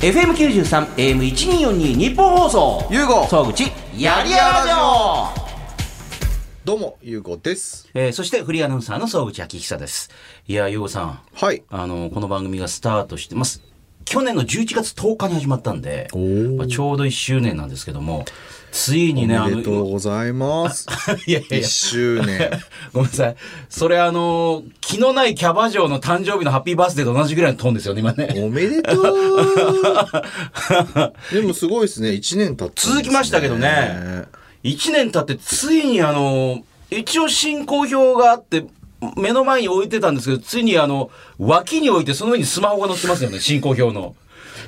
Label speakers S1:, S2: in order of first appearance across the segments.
S1: FM93 AM1242 日本放送
S2: ゆうご
S1: 総口やりやラジオ
S2: どうも、ゆうこです。
S1: えー、そしてフリーアナウンサーの総口昭久ですいやゆうごさん
S2: はい。
S1: あのこの番組がスタートしてます去年の11月10日に始まったんで、まあ、ちょうど1周年なんですけどもついにね
S2: お
S1: あ
S2: め
S1: の
S2: でとうございます。
S1: いやいやい
S2: 一
S1: や
S2: 周年。
S1: ごめんなさいそれあの気のないキャバ嬢の誕生日のハッピーバースデーと同じぐらいのトーンですよね今 ね
S2: おめでとう。でもすごいですね。一年経って、
S1: 続きましたけどね。1年経ってついにあの一応進行表があって目の前に置いてたんですけどついにあの脇に置いてその上にスマホが載ってますよね進行表の。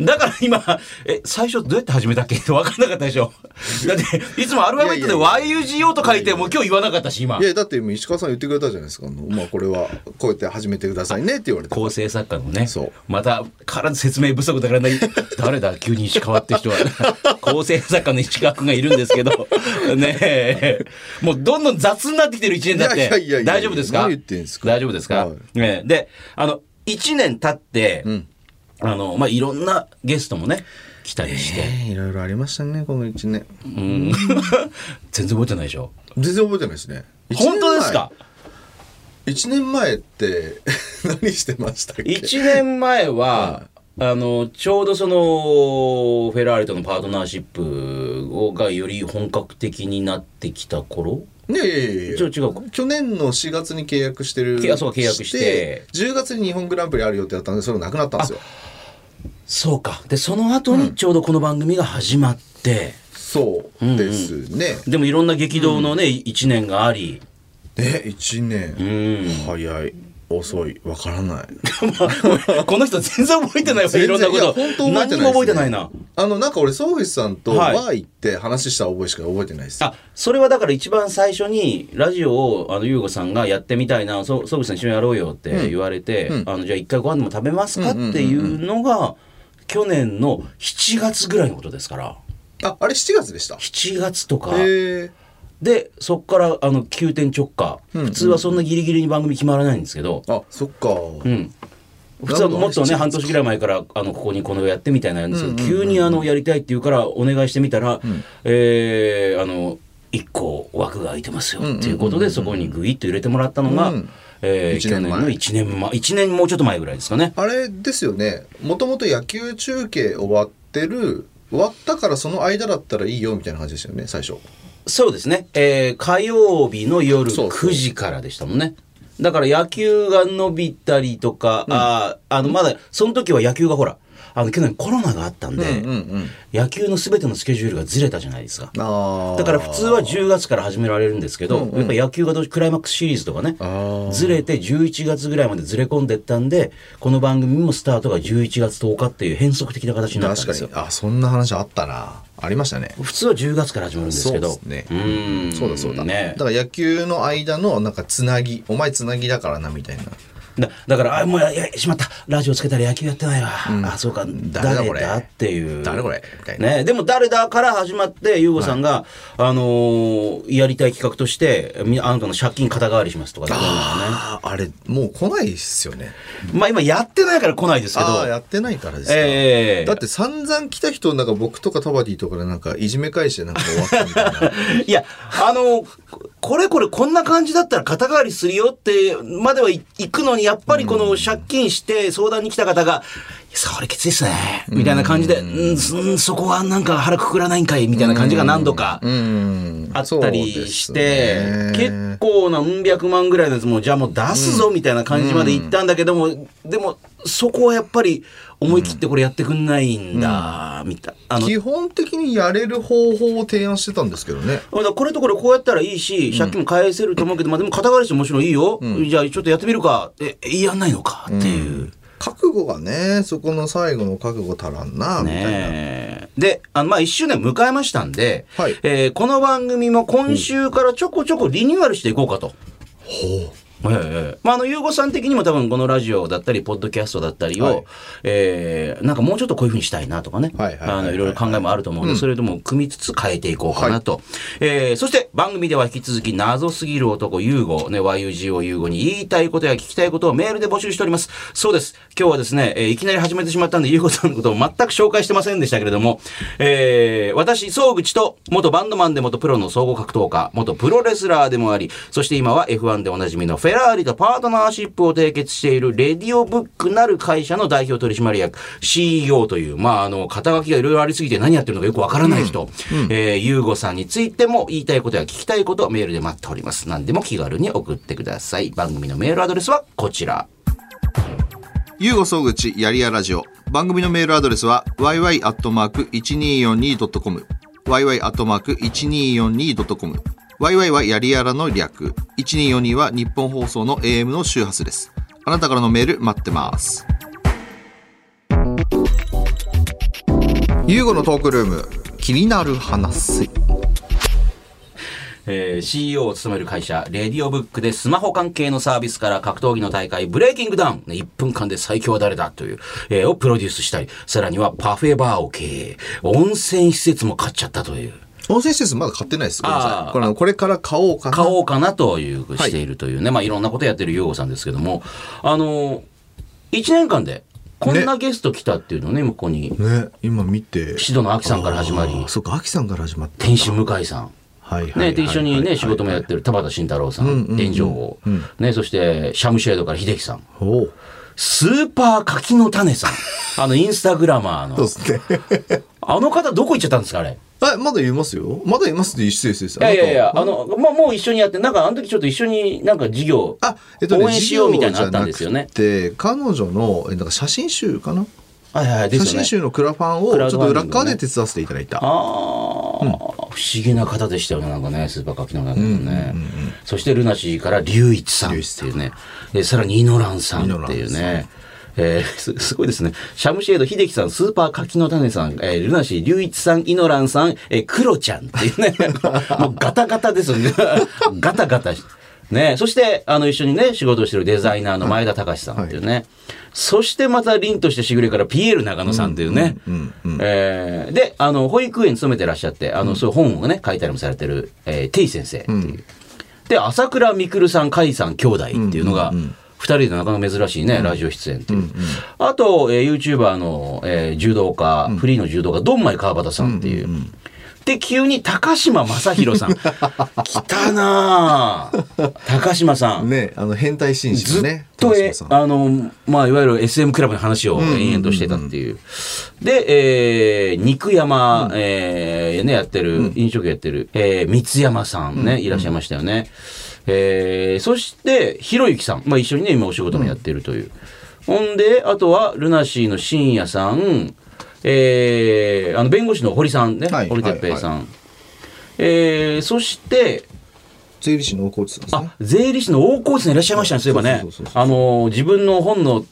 S1: だから今、え、最初どうやって始めたっけ って分かんなかったでしょだって、いつもアルファベットで
S2: いや
S1: YUGO と書いて、もう今日言わなかったし、今
S2: い。や、だって今石川さん言ってくれたじゃないですか。あのまあ、これは、こうやって始めてくださいねって言われて。
S1: 構成作家のね
S2: そう
S1: またからず説明不足だからな誰だ急に石川って人 は構成作家の石川君がいるんですけどねえもうどんどん雑になってきてる1年だっ
S2: いやいやいやいや
S1: て大丈夫ですか
S2: 何言ってんすか
S1: 大丈夫ですか、
S2: はい
S1: ねえであの1年経って、あのまあいろんなゲストもね来たりして、
S2: えーいろいろありましたね、この一年。
S1: うん 全然覚えてないでしょ
S2: 全然覚えてないですね。一年
S1: 本
S2: 前
S1: 当ですか
S2: 一年前って、 何してましたっけ
S1: 1年前は、あのちょうどそのフェラーリとのパートナーシップをがより本格的になってきた頃
S2: ねえいやいやいや
S1: ちょ違うか
S2: 去年の4月に契約してる
S1: 契約そう契約して
S2: 10月に日本グランプリある予定だったんでそれがなくなったんですよ
S1: そうかでその後にちょうどこの番組が始まって、
S2: そうですね、
S1: でもいろんな激動のね、1年があり、
S2: え1年早い遅いわからない
S1: この人全然覚えてないわいろんなこと
S2: 全然いや本
S1: 何
S2: 当覚えてないですね
S1: にも覚えてないな
S2: あのなんか俺総口さんと
S1: はい
S2: バー行って話した覚えしか覚えてないです、
S1: あそれはだから一番最初にラジオをあの優吾さんがやってみたいなそ総口さん一緒にやろうよって言われて、あのじゃあ一回ご飯でも食べますかっていうのが去年の7月ぐらいのことですから
S2: ああれ7月でした
S1: 7月とか
S2: へえ
S1: でそっからあの急転直下普通はそんなギリギリに番組決まらないんですけど、
S2: あそっか、
S1: うん、普通はもっとね半年ぐらい前からあのここにこのやってみたいなのやるんですけど、急にあのやりたいって言うからお願いしてみたら、えーあの一個枠が空いてますよっていうことでそこにグイッと入れてもらったのが、
S2: うん
S1: えー
S2: 一
S1: 去
S2: 年
S1: 年
S2: 前
S1: の1年前1年もうちょっと前ぐらいですかね。
S2: あれですよねもともと野球中継終わってる終わったからその間だったらいいよみたいな感じですよね最初
S1: そうですね、えー火曜日の夜
S2: そうそう
S1: 9時からでしたもんね。だから野球が伸びたりとか、あーあのまだその時は野球がほらあの去年コロナがあったんで、
S2: うんうん
S1: 野球の全てのスケジュールがずれたじゃないですか。
S2: あー
S1: だから普通は10月から始められるんですけど、やっぱ野球がどうしクライマックスシリーズとかね
S2: あー
S1: ずれて11月ぐらいまでずれ込んでったんでこの番組もスタートが11月10日っていう変則的な形になったん
S2: 確
S1: で
S2: か
S1: すよ
S2: にあそんな話あったなありましたね
S1: 普通は10月から始まるんですけど
S2: そうですね
S1: ーん
S2: そうだそうだ、
S1: ね
S2: だから野球の間のなんかつなぎお前つなぎだからなみたいな
S1: だだからあもうややしまったラジオつけたら野球やってないわ、あそうか
S2: だ
S1: 誰
S2: これ
S1: だっていう
S2: 誰これみたいな
S1: ね、でも誰だから始まって優吾さんが、あのーやりたい企画としてみあなたの借金肩代わりしますとかね
S2: あーあれもう来ないっすよね
S1: まあ今やってないから来ないですけど
S2: ああやってないからですか、
S1: ええ
S2: だって散々来た人なんか僕とかタバディとかでなんかいじめ返してなんか終わったみたいな
S1: いやあのこれこれこんな感じだったら肩代わりするよってまではい行くのにやっぱりこの借金して相談に来た方が「それきついっすね」みたいな感じで「うんうんそこはなんか腹くくらないんかい」みたいな 感じが何度か
S2: うん
S1: あったりして、
S2: そうですね
S1: 結構なうん百万ぐらいのやつもじゃあもう出すぞみたいな感じまで行ったんだけども、でもそこはやっぱり思い切ってこれやってくんないんだ、みたいな。あの
S2: 基本的にやれる方法を提案してたんですけどね
S1: だからこれとこれこうやったらいいし借金も返せると思うけど、まあでも肩代わりしてもちろんいいよ、じゃあちょっとやってみるかええやんないのかっていう。
S2: 覚悟がねそこの最後の覚悟足らんなみたいな、
S1: ねえであのまあ1周年迎えましたんで、
S2: はい
S1: えーこの番組も今週からちょこちょこリニューアルしていこうかと。
S2: ほう
S1: ええまあ、あの、ゆうごさん的にも多分このラジオだったり、ポッドキャストだったりを、
S2: はい
S1: えーなんかもうちょっとこういうふうにしたいなとかね、
S2: はいはいはいはい
S1: あの、いろいろ考えもあると思うので、それとも組みつつ変えていこうかなと。えーそして番組では引き続き、謎すぎる男、ゆうご、ね、YUGO ゆうごに言いたいことや聞きたいことをメールで募集しております。そうです。今日はですね、えーいきなり始めてしまったんで、ゆうごさんのことを全く紹介してませんでしたけれども、えー私、総口と、元バンドマンで元プロの総合格闘家、元プロレスラーでもあり、そして今は F1 でおなじみのフェラーリとパートナーシップを締結しているレディオブックなる会社の代表取締役、CEO という、まあ、あの、肩書きがいろいろありすぎて何やってるのかよくわからない人、えーゆうごさんについても言いたいことや聞きたいこと、メールで待っております。何でも気軽に送ってください。番組のメールアドレスはこちら。
S2: ゆうご総口やりやラジオ。番組のメールアドレスは yy.1242.com。yy.1242.com。yy はやりやらの略。1242は日本放送の AM の周波数です。あなたからのメール待ってます。ゆうごのトークルーム、気になる話。
S1: えー CEO を務める会社、レディオブックでスマホ関係のサービスから格闘技の大会、ブレイキングダウン、ね1分間で最強は誰だという、えーをプロデュースしたり、さらにはパフェバーを経営、温泉施設も買っちゃったという、
S2: 音声施設まだ買ってないです。ごめんなさ
S1: あー
S2: い。これあのこれから買おうかな。
S1: 買おうかなという、
S2: い
S1: しているというね、まあいろんなことやってるユーゴさんですけども、あのー、1年間で、こんなゲスト来たっていうのね、向こうに、
S2: ね、今見て。
S1: シドのアキさんから始まり
S2: あーそうか、アキさんから始まって。
S1: 天使向井さん、
S2: はいはいはい
S1: ね、で一緒に
S2: はいは
S1: ね、
S2: い
S1: 仕事もやってる田畑慎太郎さ
S2: うん
S1: ん
S2: うんう、ん
S1: 炎上王
S2: うん、
S1: ね、そしてシャムシェードから秀樹さん、
S2: おう
S1: スーパー柿の種 さん。あの、インスタグラマー
S2: そう
S1: の。
S2: ですね。
S1: あの方どこ行っちゃったんですかあれ。い
S2: え、まだいますよ。まだいますで失礼です。
S1: やいやいや、
S2: あ
S1: あの、まあ、もう一緒にやって、なんかあの時ちょっと一緒になんか事業、
S2: なた、あえっとね、
S1: 応援しようみたいなのあったんですよね
S2: で、彼女の、えなんか写真集かな、
S1: はいはい、で
S2: 写
S1: すよ
S2: 真
S1: ね。
S2: 集のクラファンを
S1: ク
S2: ちょ
S1: ラ
S2: っ
S1: ウド
S2: と
S1: ファンディ
S2: 裏
S1: ングね
S2: 側で手伝わせていただいた。
S1: ああ、不思議な方でしたよね、なんかね、スーパー柿の種のね。そして、ルナシーから龍一さんっていうね。で、さらにイノランさんっていう
S2: イノラ
S1: ね。えーす すごいですね。シャムシェード、秀樹さん、スーパー柿の種さん、えールナシー、龍一さん、イノランさん、えー、クロちゃんっていう ね。もうガタガタですよね。 ガタガタし。ね、そして、あの、一緒にね、仕事をしてるデザイナーの前田隆さんっていうね。そして、また凛としてしぐれからピエール長野さんっていうね。
S2: うん
S1: えーであの保育園に勤めてらっしゃってあの、そういう本をね書いたりもされてる、えー、T 先生っていう、で朝倉未来さん甲斐さん兄弟っていうのが、二人でなかなか珍しいね、ラジオ出演っていう、あと、えー、YouTuber の、えー柔道家、フリーの柔道家ドンマイ川端さんっていう。で急に高島正宏 さん来たなあ高島さん
S2: ね、あの変態紳士
S1: ず
S2: の
S1: っ
S2: ね。
S1: とえ
S2: 高島さん
S1: あの、まあ、いわゆる SM クラブの話を延々としてたっていう。で、えー肉山、えーね、やってる、飲食やってる、えー三山さんね、いらっしゃいましたよね。えーそして、ひろゆきさん。まあ、一緒にね、今お仕事もやってるという。ほんで、あとは、ルナシーの深夜さん、えーあの、弁護士の堀さんね、
S2: はい
S1: 堀哲平さん。えーそして、
S2: 税理士の大河内さんですね
S1: あ。税理士の大河内さんいらっしゃいましたね、そういえばね
S2: そうそうそう。そう
S1: あのー、自分の本の、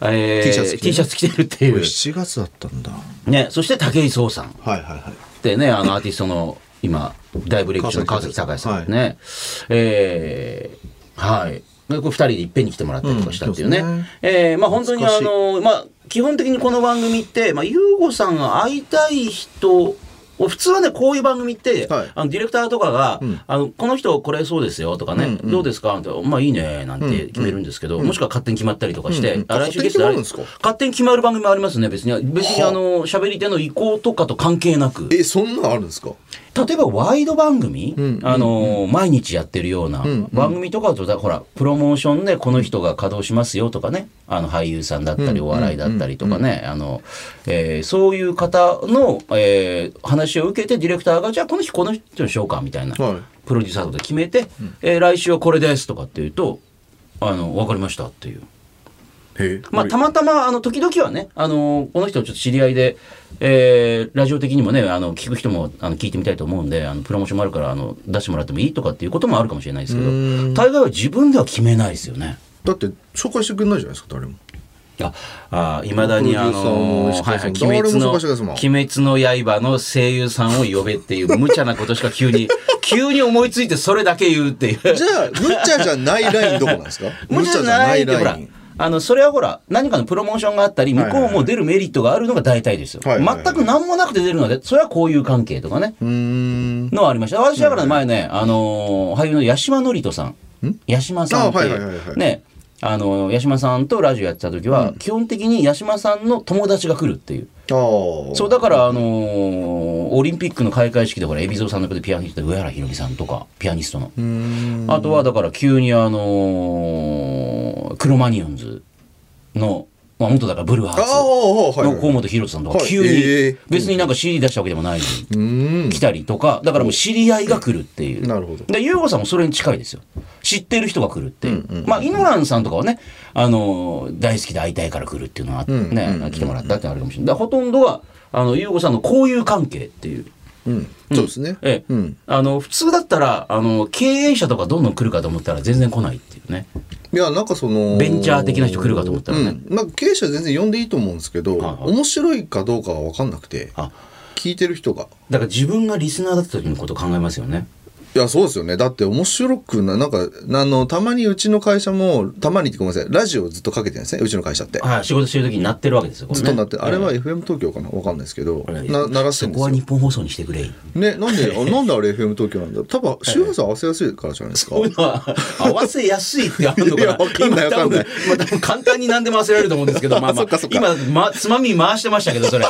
S1: え
S2: T シャツ着て
S1: T シャツ着てるってい
S2: これ
S1: う。
S2: 7月だったんだ。は
S1: ね、そして武井壮さんっ
S2: いはいはい。
S1: てね、あの、アーティストの、今、大ブレイク中の川崎隆さんね。えーはい。でこれ二人でいっぺんに来てもらったりとかしたっていうね。
S2: うんそうですね
S1: えーまあ本当にあのー、まあ、基本的にこの番組って、まあ、ゆうごさんが会いたい人、普通はね、こういう番組って、
S2: はい
S1: あのディレクターとかが、
S2: ん
S1: あのこの人これそうですよとかね、どうですかなんて、まあいいねなんて決めるんですけど、もしくは勝手に決まったりとかして、
S2: うんうん
S1: あ来週ゲスト誰
S2: 勝手に決まるんです
S1: 勝手に決まる番組もありますね、別に。別にあの、喋り手の意向とかと関係なく。
S2: え、そんなのあるんですか
S1: 例えばワイド番組、
S2: ん
S1: あの毎日やってるような番組とかだとだほらプロモーションでこの人が稼働しますよとかねあの俳優さんだったりお笑いだったりとかねあのえーそういう方の、えー話を受けてディレクターがじゃあこの人この人にしようかみたいな、
S2: はい
S1: プロデューサーとか決めて、えー来週はこれですとかっていうとあの分かりましたっていう。
S2: へえ
S1: まあ、たまたまあの時々はね、あのこの人ちょっと知り合いで、えーラジオ的にもねあの聞く人もあの聞いてみたいと思うんであのプロモーションもあるからあの出してもらってもいいとかっていうこともあるかもしれないですけど大概は自分では決めないですよね。
S2: だって紹介してくれないじゃないですか、誰も。
S1: ああ未だにあ
S2: プロデューサー
S1: の
S2: も
S1: はい
S2: 石川
S1: は
S2: さん
S1: い鬼滅の
S2: 誰も忙しいですもん
S1: 鬼滅の刃の声優さんを呼べっていう無茶なことしか急に 急に思いついてそれだけ言うっていう。
S2: じゃあむちゃじゃないラインどこなんですか
S1: 無茶じゃないってほら。あのそれはほら何かのプロモーションがあったり向こうも出るメリットがあるのが大体ですよ、
S2: はいはいはい
S1: 全く何もなくて出るのでそれはこういう関係とかね
S2: うーん
S1: のはありました私だから前ね、あのー俳優の八島智人さん八島さんって
S2: あはいいうはいはいはい
S1: ねあの八島さんとラジオやってた時は、基本的に八島さんの友達が来るっていう
S2: ああ
S1: そうだから、あのーオリンピックの開会式でほら海老蔵さんの横でピアニストで上原ひろみさんとかピアニストの
S2: うーん
S1: あとはだから急にあのークロマニオンズの、まあ、元だからブルーハ
S2: あ
S1: ー
S2: あ
S1: ツ
S2: はい
S1: の
S2: はい
S1: 河本博さんとか
S2: はい
S1: 急
S2: え
S1: に
S2: え
S1: 別になんか CD 出したわけでもないのに
S2: うーん
S1: 来たりとかだからもう知り合いが来るっていう。
S2: なるほど
S1: で、優吾さんもそれに近いですよ。知ってる人が来るっていう。まあ、イノランさんとかはね、あの、大好きで会いたいから来るっていうのは、
S2: ん
S1: ね、来てもらったってあるかもしれない。だからほとんどは、あの、優吾さんの交友関係っていう。
S2: うんそうですね
S1: ええ
S2: うん
S1: あの、普通だったら、あの、経営者とかどんどん来るかと思ったら全然来ないっていうね。
S2: いやなんかその
S1: ベンチャー的な人来るかと思ったらね
S2: うんなんか経営者全然呼んでいいと思うんですけ
S1: は
S2: ど
S1: いはい
S2: 面白いかどうかは分かんなくて
S1: あ、
S2: 聞いてる人が
S1: だから自分がリスナーだった時のことを考えますよね。
S2: いやそうですよねだって面白くななんかあのたまにうちの会社もたまにってごめんなさいラジオずっとかけてるんですねうちの会社って
S1: はい、仕事してる時になってるわけですよ、これ
S2: ず
S1: ね
S2: っとなってあれ
S1: え
S2: は FM 東京かな分かんないですけど
S1: え
S2: な鳴らしてる
S1: そ
S2: んで
S1: こ
S2: す
S1: は
S2: よ
S1: 日本放送にしてくれ。
S2: ねなん であなんであれ FM 東京なんだろう多分周波数合わせやすいからじゃないです か
S1: こういうのは合わせやすいってあるのか
S2: い
S1: な
S2: やわかんない
S1: 今多分
S2: わか
S1: まあ多分簡単に何でも合わせられると思うんですけ ど、まあま
S2: そっか
S1: あ
S2: そっ、か
S1: 今、ま、つまみ回してましたけど、 それ。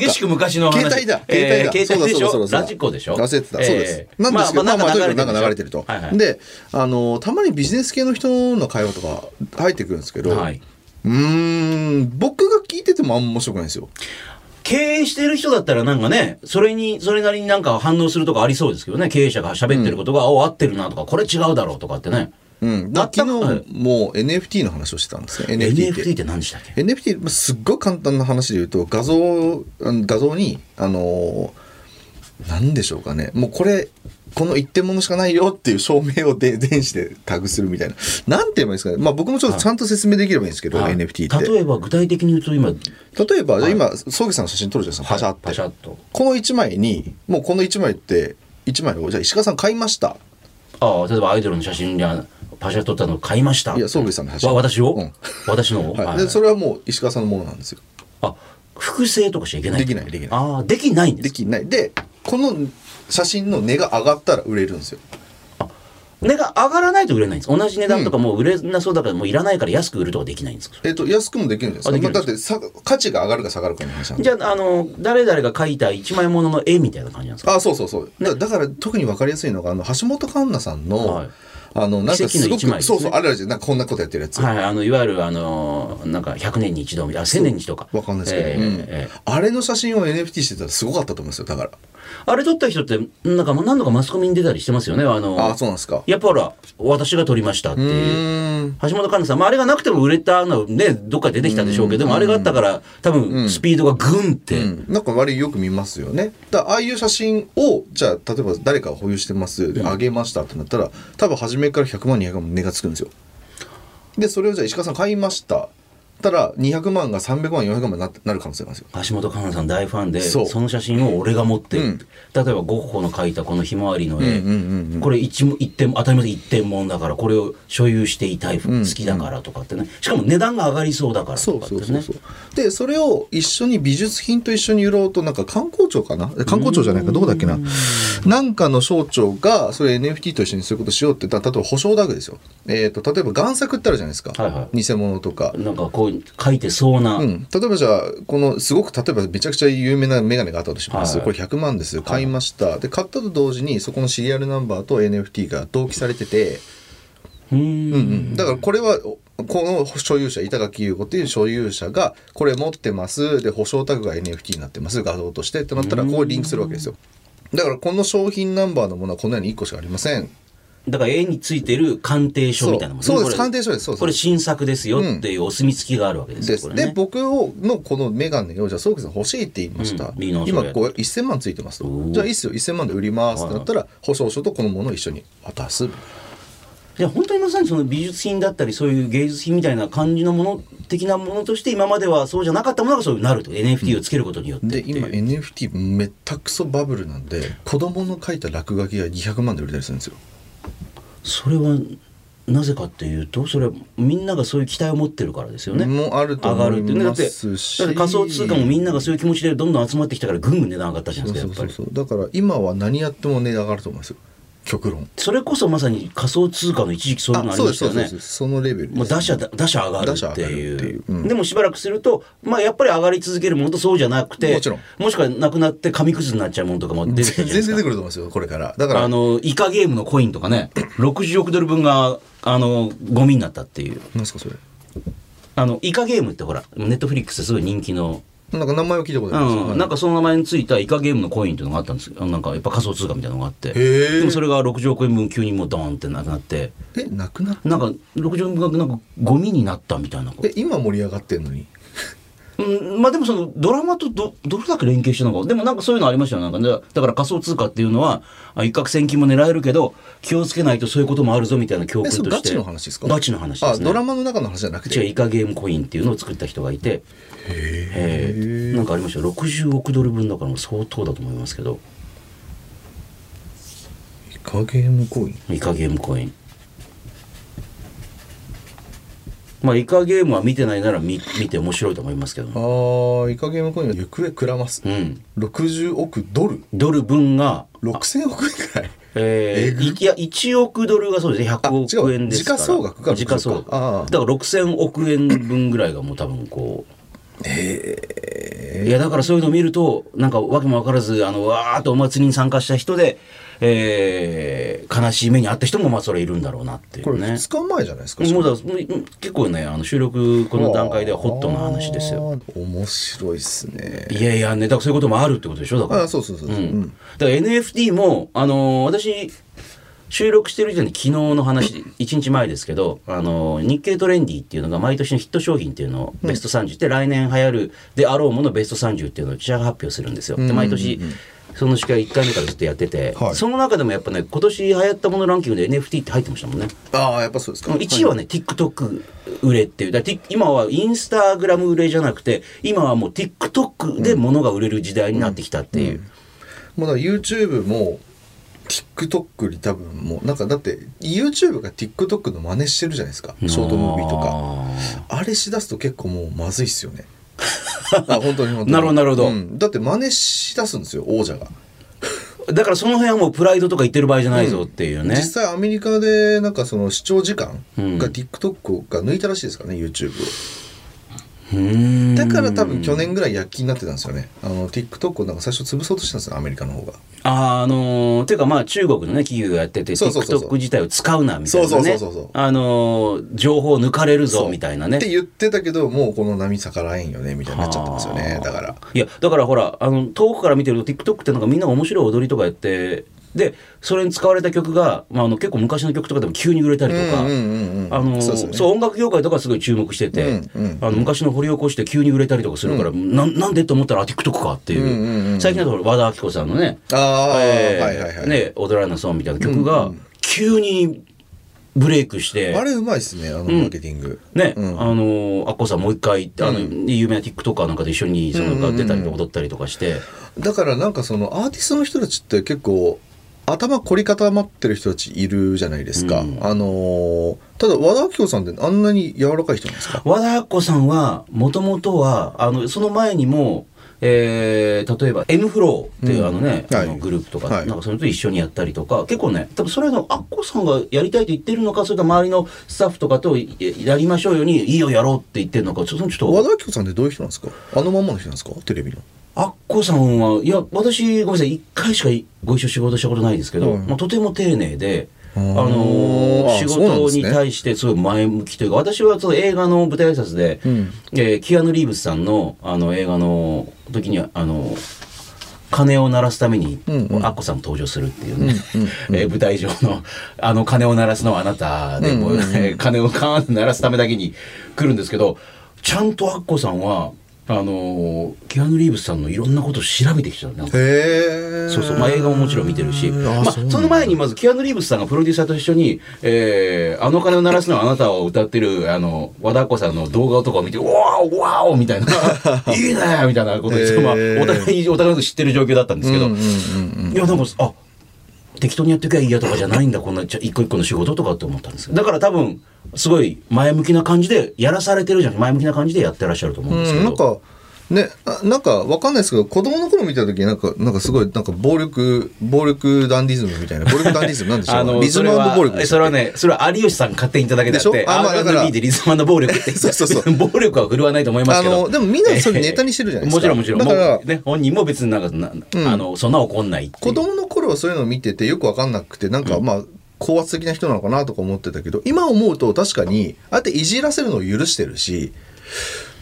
S1: 激しく昔の話。
S2: 携帯だ、
S1: えー
S2: 携帯だ、
S1: 携帯でし
S2: そうだそうだ
S1: ょ
S2: そうだ
S1: ラジコでしょ
S2: 忘れてた、そうです
S1: え。ー
S2: なんですけど、ま
S1: ま
S2: あ
S1: あ
S2: ま
S1: ま
S2: あ、
S1: あ
S2: とに
S1: なん
S2: かく
S1: か
S2: 流
S1: 流
S2: れ
S1: れ
S2: て
S1: て
S2: る
S1: る
S2: と
S1: でしょはいは。い
S2: で、あの、たまにビジネス系の人の会話とか入ってくるんですけど、
S1: はいう
S2: ーん、僕が聞いててもあんま面白くないんですよ。
S1: 経営してる人だったらなんかね、それに、それなりになんか反応するとかありそうですけどね、経営者が喋ってることが、お合ってるなとか、これ違うだろうとかってね。
S2: うん。だ
S1: 全
S2: 昨
S1: く
S2: 日も NFT の話をしてたんですね。NFT
S1: NFT っ
S2: っ。
S1: てて何でしたっけ
S2: NFT まあすっごい簡単な話で言うと画像あの画像にあの何でしょうかねもうこれこの一点ものしかないよっていう証明をで電子でタグするみたいななんて言えばいいんですかねまあ僕もちょっとちゃんと説明できればいいんですけど、
S1: はい
S2: NFT って
S1: 例えば具体的に言うと今、
S2: 例えばじゃあ今宗家さんの写真撮るじゃないですかパシャって、
S1: パシャッと。
S2: この1枚にもうこの1枚って1枚をじゃあ石川さん買いました
S1: ああ、例えばアイドルの写真がパシャッと撮ったの買いました。
S2: いや宗家さんの写真
S1: わ私を、
S2: うん
S1: 私の、
S2: はい、
S1: はい
S2: でそれはもう石川さんのものなんですよ
S1: あ、複製とかしちゃいけない。
S2: できないできない
S1: ああ、できないんで
S2: です
S1: か。
S2: きないでこの写真の値が上がったら売れるんですよ
S1: 値が上がらないと売れないんです。同じ値段とかもう売れなそうだから、もういらないから安く売るとかできないんですか。
S2: えっと、安くもできるんじゃ
S1: あ
S2: ない
S1: で
S2: で
S1: き
S2: す
S1: る
S2: か。まあだってさ価値が上がるか下がるかの話なんで。
S1: じゃあ、あの、誰々が描いた一枚ものの絵みたいな感じなんですか
S2: あ、そうそうそう。だだから特に分かりやすいのがあの橋本環奈さんの、
S1: はい
S2: あのなんかす
S1: 奇跡の
S2: ごく、
S1: 一枚です
S2: そ
S1: ね
S2: うそうあるあるじゃんなんかこんなことやってるやつ。
S1: はい、あのいわゆるあのなんか100年に一度みたいな1000年に一度か
S2: わかんないですけど、
S1: ええ
S2: うん
S1: ええ
S2: あれの写真を NFT してたらすごかったと思うんですよだから
S1: あれ撮った人ってなんか何度かマスコミに出たりしてますよねあの
S2: ああそうなんですか
S1: やっぱほら私が撮りましたって
S2: う
S1: いう
S2: ーん
S1: 橋本環奈さん、まあ、あれがなくても売れたのはねどっかで出てきたんでしょうけどでもあれがあったから多分スピードがグンって、
S2: うんなんか割りよく見ますよねだからああいう写真をじゃあ例えば誰かが保有してますであげましたってなったら多分初めから100万200万値がつくんですよでそれをじゃあ石川さん買いましたたら200万が300万400万になってなる可能性があるんですよ
S1: 橋本環奈さん大ファンで
S2: そう
S1: その写真を俺が持ってる、
S2: うん
S1: 例えばゴッホの描いたこのひまわりの絵、
S2: うんうんうん
S1: これ一も一点当たり前です一点もんだからこれを所有していたい好きだからとかってね、しかも値段が上がりそうだから
S2: そ
S1: と
S2: う
S1: かって
S2: そ
S1: ね
S2: うそうそうでそれを一緒に美術品と一緒に売ろうとなんか観光庁かな観光庁じゃないかどこだっけななんかの省庁がそれ NFT と一緒にすることしようって言ったら例えば保証だけですよ、えー、と例えば贋作ってあるじゃないですか、
S1: はいは
S2: 偽物とか
S1: なんかこう書いてそうな、
S2: うん、例えばじゃあこのすごく例えばめちゃくちゃ有名な眼鏡があったとします、
S1: はい
S2: これ100万です買いました、で買ったと同時にそこのシリアルナンバーと NFT が同期されてて、
S1: うーん
S2: うんうん、だからこれはおこの所有者板垣優子っていう所有者がこれ持ってますで保証タグが NFT になってます画像としてってなったらここにリンクするわけですよだからこの商品ナンバーのものはこのように1個しかありません
S1: だから絵についてる鑑定書みたいなもんね
S2: そうそう
S1: こ
S2: で
S1: れ
S2: す鑑定書ですそうそう
S1: これ新作ですよっていうお墨付きがあるわけですよ
S2: です
S1: これ
S2: で
S1: ね
S2: 僕をのこの眼鏡をじゃあ宗家さん欲しいって言いました、
S1: うん右の
S2: 今
S1: それ
S2: こう1000万ついてます
S1: お
S2: と
S1: ー
S2: じゃあいいっすよ1000万で売りますってなったら保証書とこのものを一緒に渡す
S1: じゃあ本当にまさにその美術品だったりそういう芸術品みたいな感じのもの的なものとして今まではそうじゃなかったものがそうなると NFT をつけることによってって
S2: で
S1: いう、
S2: 今 NFT めったくそバブルなんで子供の描いた落書きが200万で売れたりするんですよ
S1: それはなぜかっていうとそれはみんながそういう期待を持ってるからですよね。
S2: もあると
S1: 上がるっていうねだってだ
S2: 思いますし
S1: って仮想通貨もみんながそういう気持ちでどんどん集まってきたからぐんぐん値段上がったじゃな
S2: そ
S1: いうです
S2: そ
S1: かや
S2: う
S1: っぱ
S2: そう
S1: り。
S2: そうだから今は何やっても値段上がると思うんですよ極論
S1: それこそまさに仮想通貨の一時期そういうのあり
S2: そう
S1: ま
S2: で
S1: した
S2: すそ
S1: よ
S2: うで
S1: ね
S2: す。そのレベルです
S1: もう打者だ打者上がるっていう
S2: 打者上がるっていううん
S1: でもしばらくすると、まあ、やっぱり上がり続けるものとそうじゃなくて
S2: もちろん
S1: しくはなくなって紙くずになっちゃうものとかも出てきた
S2: 全
S1: じゃないで
S2: 然
S1: す
S2: 出
S1: か
S2: てくると思いますよこれからだから
S1: あのイカゲームのコインとか ね60億ドル分があのゴミになったっていう
S2: なんですかそれ
S1: あのイカゲームってほらネットフリックスですごい人気の
S2: なんか名前を聞いたことあります
S1: うん、なんかその名前についたイカゲームのコインっていうのがあったんですけどなんかやっぱ仮想通貨みたいなのがあって
S2: ー
S1: でもそれが60億円分急にもうドーンってなくなって
S2: えなくなっ
S1: なんか60億円分がなんかゴミになったみたいな
S2: え今盛り上がってんのに
S1: うん、まあでもそのドラマとどどれだけ連携してるのかでもなんかそういうのありましたよなんか、ね、だから仮想通貨っていうのはあ一攫千金も狙えるけど気をつけないとそういうこともあるぞみたいな教訓とし
S2: えそ
S1: て
S2: れガチの話ですか
S1: ガチの話で
S2: あ
S1: すね
S2: ドラマの中の話じゃなく
S1: 違う
S2: て
S1: イカゲームコインっていうのを作った人がいてえーなんかありましたよ60億ドル分だからもう相当だと思いますけど
S2: イカゲームコイン
S1: イカゲームコインまあイカゲームは見てないなら見見て面白いと思いますけど
S2: あ
S1: ね
S2: ーイカゲームコインは行方くらます、
S1: うん
S2: 60億ドル
S1: ドル分が
S2: 6000億円くらい
S1: えー、いいや1億ドルがそうですね
S2: あ違う
S1: 100億円ですから
S2: 時価総額が60億
S1: 時価総額だ
S2: あ
S1: か
S2: あ
S1: ら6000億円分ぐらいがもう多分こういやだからそういうのを見るとなんかわけも分からずあのわーっとお祭りに参加した人で、えー悲しい目に遭った人もまあそれいるんだろうなってい
S2: これ
S1: うね
S2: 2日前じゃないですか、
S1: もうだからもううん結構ねあの収録この段階ではホットな話ですよ
S2: あー面白いっすね
S1: いやいやねだからそういうこともあるってことでしょだから
S2: あそうそうそうそう
S1: う
S2: うん
S1: ん、だから NFT も、あのー私収録してる時点で昨日の話1日前ですけど、あのー日経トレンディっていうのが毎年のヒット商品っていうのをベスト30って、来年流行るであろうものベスト30っていうのを記者が発表するんですよ。で毎年その司会1回目からずっとやってて、
S2: はい
S1: その中でもやっぱね今年流行ったものランキングで NFT って入ってましたもんね。
S2: ああやっぱそうですか
S1: 1位はね、TikTok 売れっていうだから Tik- 今はインスタグラム売れじゃなくて今はもう TikTok で物が売れる時代になってきたっていう。
S2: もうだから YouTube も TikTok より多分もうなんかだって YouTube が TikTok の真似してるじゃないですかショートムービーとかあれしだすと結構もうまずいっ すよねあ本当に本当に
S1: なるほどなるほど
S2: うんだって真似しだすんですよ王者が、
S1: だからその辺はもうプライドとか言ってる場合じゃないぞっていうね、
S2: 実際アメリカでなんかその視聴時間
S1: うん
S2: が TikTok が抜いたらしいですからね YouTube を
S1: うーん
S2: だから多分去年ぐらい躍起になってたんですよねあの TikTok をなんか最初潰そうとしたんですよアメリカの方が
S1: あーあのーていうかまあ中国のね企業がやってて
S2: そうそうそうそう
S1: TikTok 自体を使うなみたいな
S2: そうそ
S1: ね
S2: うそうそうそう
S1: あのー情報抜かれるぞみたいなね
S2: って言ってたけどもうこの波逆らえんよねみたいになっちゃったんですよねだから
S1: いやだからほらあの遠くから見てると TikTok ってなんかみんなが面白い踊りとかやってでそれに使われた曲が、まあ、あの結構昔の曲とかでも急に売れたりとか、
S2: うんうんうんうん
S1: あの
S2: そ
S1: そうう
S2: ですよね
S1: 音楽業界とかすごい注目してて、
S2: うんうん
S1: あの昔の掘り起こして急に売れたりとかするから、なん、なんでと思ったらあ TikTok かっていう,、
S2: んうんうん
S1: 最近だとほら和田アキ子さんのね
S2: ああ、
S1: えー
S2: はいはいはい、
S1: ね踊らなそうみたいな曲が急にブレイクして、
S2: あれうまいですねあのマーケティング、
S1: ね、
S2: うん
S1: あのーアッコさんもう一回あの、有名な TikToker なんかで一緒にそのが出たりとか踊ったりとかして、
S2: だからなんかそのアーティストの人たちって結構頭凝り固まってる人たちいるじゃないですか、
S1: うん
S2: あのーただ和田アキ子さんってあんなに柔らかい人なんですか
S1: 和田アッコさんはもともとはあのその前にも、えー例えば m フローっていうあのね、
S2: うん
S1: あ
S2: は
S1: の
S2: い
S1: グループとか、
S2: はい
S1: なんかそれと一緒にやったりとか結構ね多分それのアッコさんがやりたいと言ってるのかそれとも周りのスタッフとかといやりましょうよにいいよやろうって言ってるのかちょっとちょっと
S2: 和田アキ子さんってどういう人なんですかあのまんまの人なんですかテレビの
S1: アッコさんは、いや、私、ごめんなさい、一回しかご一緒仕事したことないんですけど、
S2: うん
S1: まあ、とても丁寧で、
S2: あ
S1: あ
S2: ー
S1: の
S2: あ
S1: 仕
S2: そうなんで
S1: 事
S2: すね
S1: に対してすごい前向きというか、私はその映画の舞台挨拶で、
S2: ん
S1: えーキアヌ・リーブスさんのあの映画の時には、あの鐘を鳴らすために、
S2: うんうん
S1: アッコさん登場するっていうね、 えー舞台上の、あの鐘を鳴らすのはあなたで、こうえー鐘をカーンって鳴らすためだけに来るんですけど、ちゃんとアッコさんは、
S3: あのーケアヌ・リーブスさんのいろんなことを調べてきたのなんか
S2: へえ
S3: そうそう、まあ、映画ももちろん見てるし、まあ、
S2: そ
S3: その前にまずキアヌ・リーブスさんがプロデューサーと一緒に「えーあの鐘を鳴らすのはあなた」を歌ってるあの和田アキ子さんの動画とかを見て「わーおわーお!」みたいな「いいね!」みたいなことで、
S2: へー
S3: まあ、お互いにお互いのこと知ってる状況だったんですけど、
S2: うんうんうんうん
S3: い
S2: いや
S3: やなんかあ適当にやってきゃいいやとかじゃないんだこんなちょ一個一個の仕事とかって思ったんですけどだから多分すごい前向きな感じでやらされてるじゃん前向きな感じでやってらっしゃると思うんですけ
S2: う
S3: ど、
S2: ん、なんかねあなんかわかんないですけど子供の頃見た時なんかなんかすごいなんか暴力暴力ダンディズムみたいな暴力ダンディズムなんでし ょうリズム暴力でし
S3: それは
S2: たっけ
S3: ね、それは有吉さん勝手にいただけであって、
S2: でしょあまあだから
S3: R&B でリズム暴力って、
S2: そうそうそう
S3: 暴力は振るわないと思います
S2: あ
S3: けど。
S2: のでもみんなそれネタにしてるじゃないですか、
S3: もちろんも
S2: だ
S3: ち
S2: か
S3: ろん。
S2: ら
S3: もうね、本人も別になんかな、あの、そんな怒んないっていう
S2: 子供の頃はそういうのを見ててよく分かんなくてなんかまあ高圧的な人なのかなとか思ってたけど今思うと確かにああやっていじらせるのを許してるし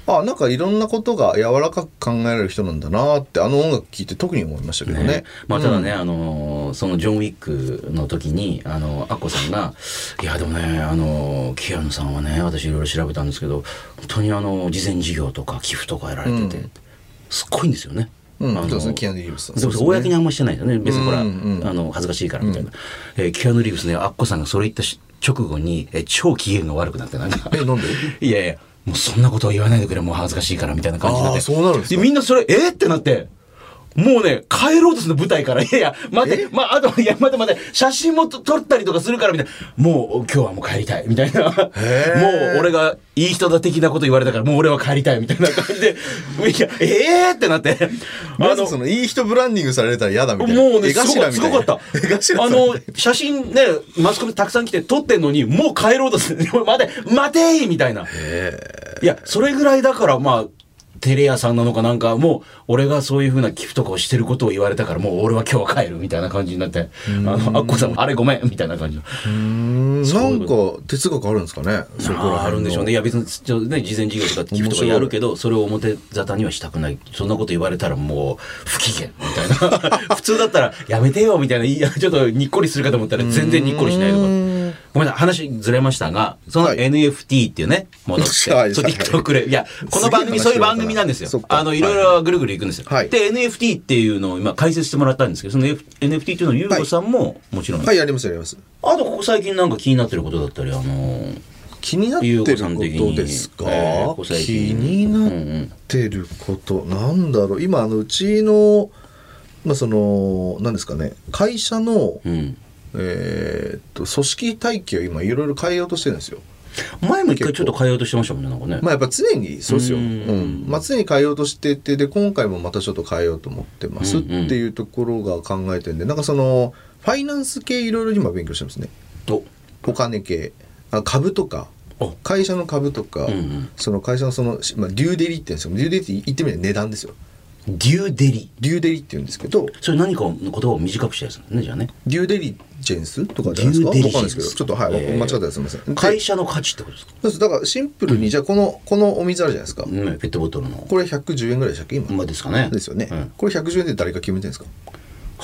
S2: あなんかいろんなことが柔らかく考えられる人なんだなってあの音楽聴いて特に思いましたけどね。
S1: ねまあ、ただね、あのーそのジョン・ウィックの時にあのアッコさんが「いやでもねあのキアヌさんはね私いろいろ調べたんですけど本当にあの慈善事業とか寄付とかやられてて、
S2: うん
S1: すっごいんですよね。
S2: うん
S1: あの
S2: そうですねキアヌリーブスさん
S1: そうそう
S2: そうで
S1: 公
S2: すね
S1: にあんましてないんだよね別にほら、
S2: うんうん
S1: あの恥ずかしいからみたいな、えーキアヌ・リーブスねアッコさんがそれ言ったし直後に、えー超機嫌が悪くなってなん か
S2: えなんで
S1: いやいやもうそんなことは言わないでくれもう恥ずかしいからみたいな感じになって
S2: あーそうなるんですか
S3: みんなそれ、えーってなって、もうね、帰ろうとするの舞台から。いやいや、待って、まあ、 あと、いや、待って待って、写真もと撮ったりとかするから、みたいな。もう、今日はもう帰りたい、みたいな。もう
S2: ー、
S3: 俺が、いい人だ的なこと言われたから、もう俺は帰りたい、みたいな感じで。いや、えーってなって。
S2: まずそのいい人ブランディングされたら嫌だみたいな
S3: もうね、
S2: 絵
S3: す
S2: 頭
S3: ご
S2: み
S3: す
S2: たい
S3: ご
S2: な
S3: かった。
S2: 絵頭
S3: あ
S2: さんみたいな
S3: の、写真ね、マスコミたくさん来て撮ってんのに、もう帰ろうとする。 待て、待てーみたいな。いや、それぐらいだから、まあ、テレ屋さんなのかなんかもう俺がそういうふうな寄付とかをしてることを言われたからもう俺は今日は帰るみたいな感じになってあのアッコさんも「あれごめん」みたいな感じの
S2: うんなんか哲学あるんですかねそこら辺の
S1: あるんでしょうねいや別にちょ、ね、事前事業とか寄付とかやるけどそれを表沙汰にはしたくないそんなこと言われたらもう不機嫌みたいな 普通だったら「やめてよ」みたい ないやちょっとにっこりするかと思ったら全然にっこりしないとかごめんなさい話ずれましたがその
S2: はい
S1: NFT っていうね戻ってそう
S2: はいはい
S1: TikTok でいやこの番組
S2: す
S1: そう
S2: げ
S1: いう
S2: え話だな
S1: 番組なんですよ
S2: そっか
S1: あのいろいろぐるぐるいくんですよ
S2: はい
S1: で NFT っていうのを今解説してもらったんですけどその F- NFT っていうのをユーゴさんももちろん
S2: はいやりますやります
S1: あとここ最近なんか気になってることだったりあのー
S2: 気になってることですか、
S1: ゆうこさん的
S2: 気
S1: にえー
S2: になってること、なんだろう今あのうちのまあその何ですかね会社の、
S1: うん
S2: えーっと組織体系を今いろいろ変えようとしてるんですよ。
S1: 前も一回ちょっと変えようとしてましたもんねなんかね、
S2: まあやっぱ常にそうですよ。
S1: う
S2: うんん、まあ常に変えようとしててで今回もまたちょっと変えようと思ってます
S1: う
S2: っ
S1: ん
S2: て
S1: うん
S2: いうところが考えてるんで、なんかそのファイナンス系いろいろ今勉強してますね。
S1: お
S2: お金系あ株とか
S1: お
S2: 会社の株とか、
S1: うんうん
S2: その会社のその、しまあ、デューデリって言うんですよデューデリって言ってみれば値段ですよ
S1: デューデリ
S2: デューデリって言うんですけど
S1: それ何かの言葉を短くしたやつなんですねじゃあね
S2: デューデリジェンスとかじゃないですかわ
S1: デューデリジェ
S2: かんない
S1: ンス
S2: ですけどちょっとはい、わ
S1: えー
S2: 間違ったらすみませんで
S1: 会社の価値ってことですか、
S2: そうですだからシンプルにじゃあこのこのお水あるじゃないですか、
S1: うん、ペットボトルの
S2: これ110円ぐらいでしたっけ今、
S1: まあですかね
S2: ですよね、
S1: うんはい
S2: これ110円で誰が決めてるんですか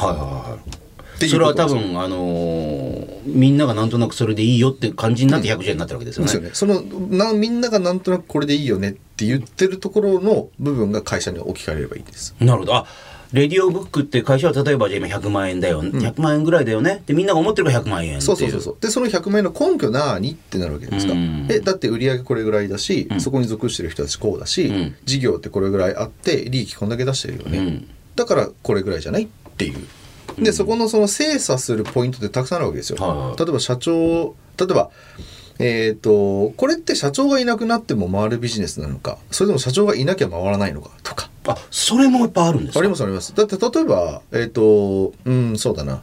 S1: はいはい
S2: ていう
S1: それは
S2: こと
S1: 多
S2: ですよ
S1: 分あのーみんながなんとなくそれでいいよって感じになって100円になってるわけですよ
S2: で
S1: ね,、
S2: すよねそのなみんながなんとなくこれでいいよねって言ってるところの部分が会社に置き換えればいいです
S1: なるほどあレディオブックって会社は例えばじゃあ今100万円だよ、100万円ぐらいだよねってみんなが思ってるから100万円っていう
S2: そうそうそうそうでその100万円の根拠なーにってなるわけじゃないです
S1: う
S2: か、
S1: ん
S2: えだって売り上げこれぐらいだし、そこに属してる人たちこうだし、
S1: うん
S2: 事業ってこれぐらいあって利益こんだけ出してるよね、
S1: うん
S2: だからこれぐらいじゃないっていうでそこのその精査するポイントってたくさんあるわけですよ、
S1: はいはい
S2: 例えば社長例えばえー、とこれって社長がいなくなっても回るビジネスなのかそれとも社長がいなきゃ回らないのかとか
S1: あそれもいっぱいあるんですか
S2: ありますありますだって例えばえっ、とうんそうだな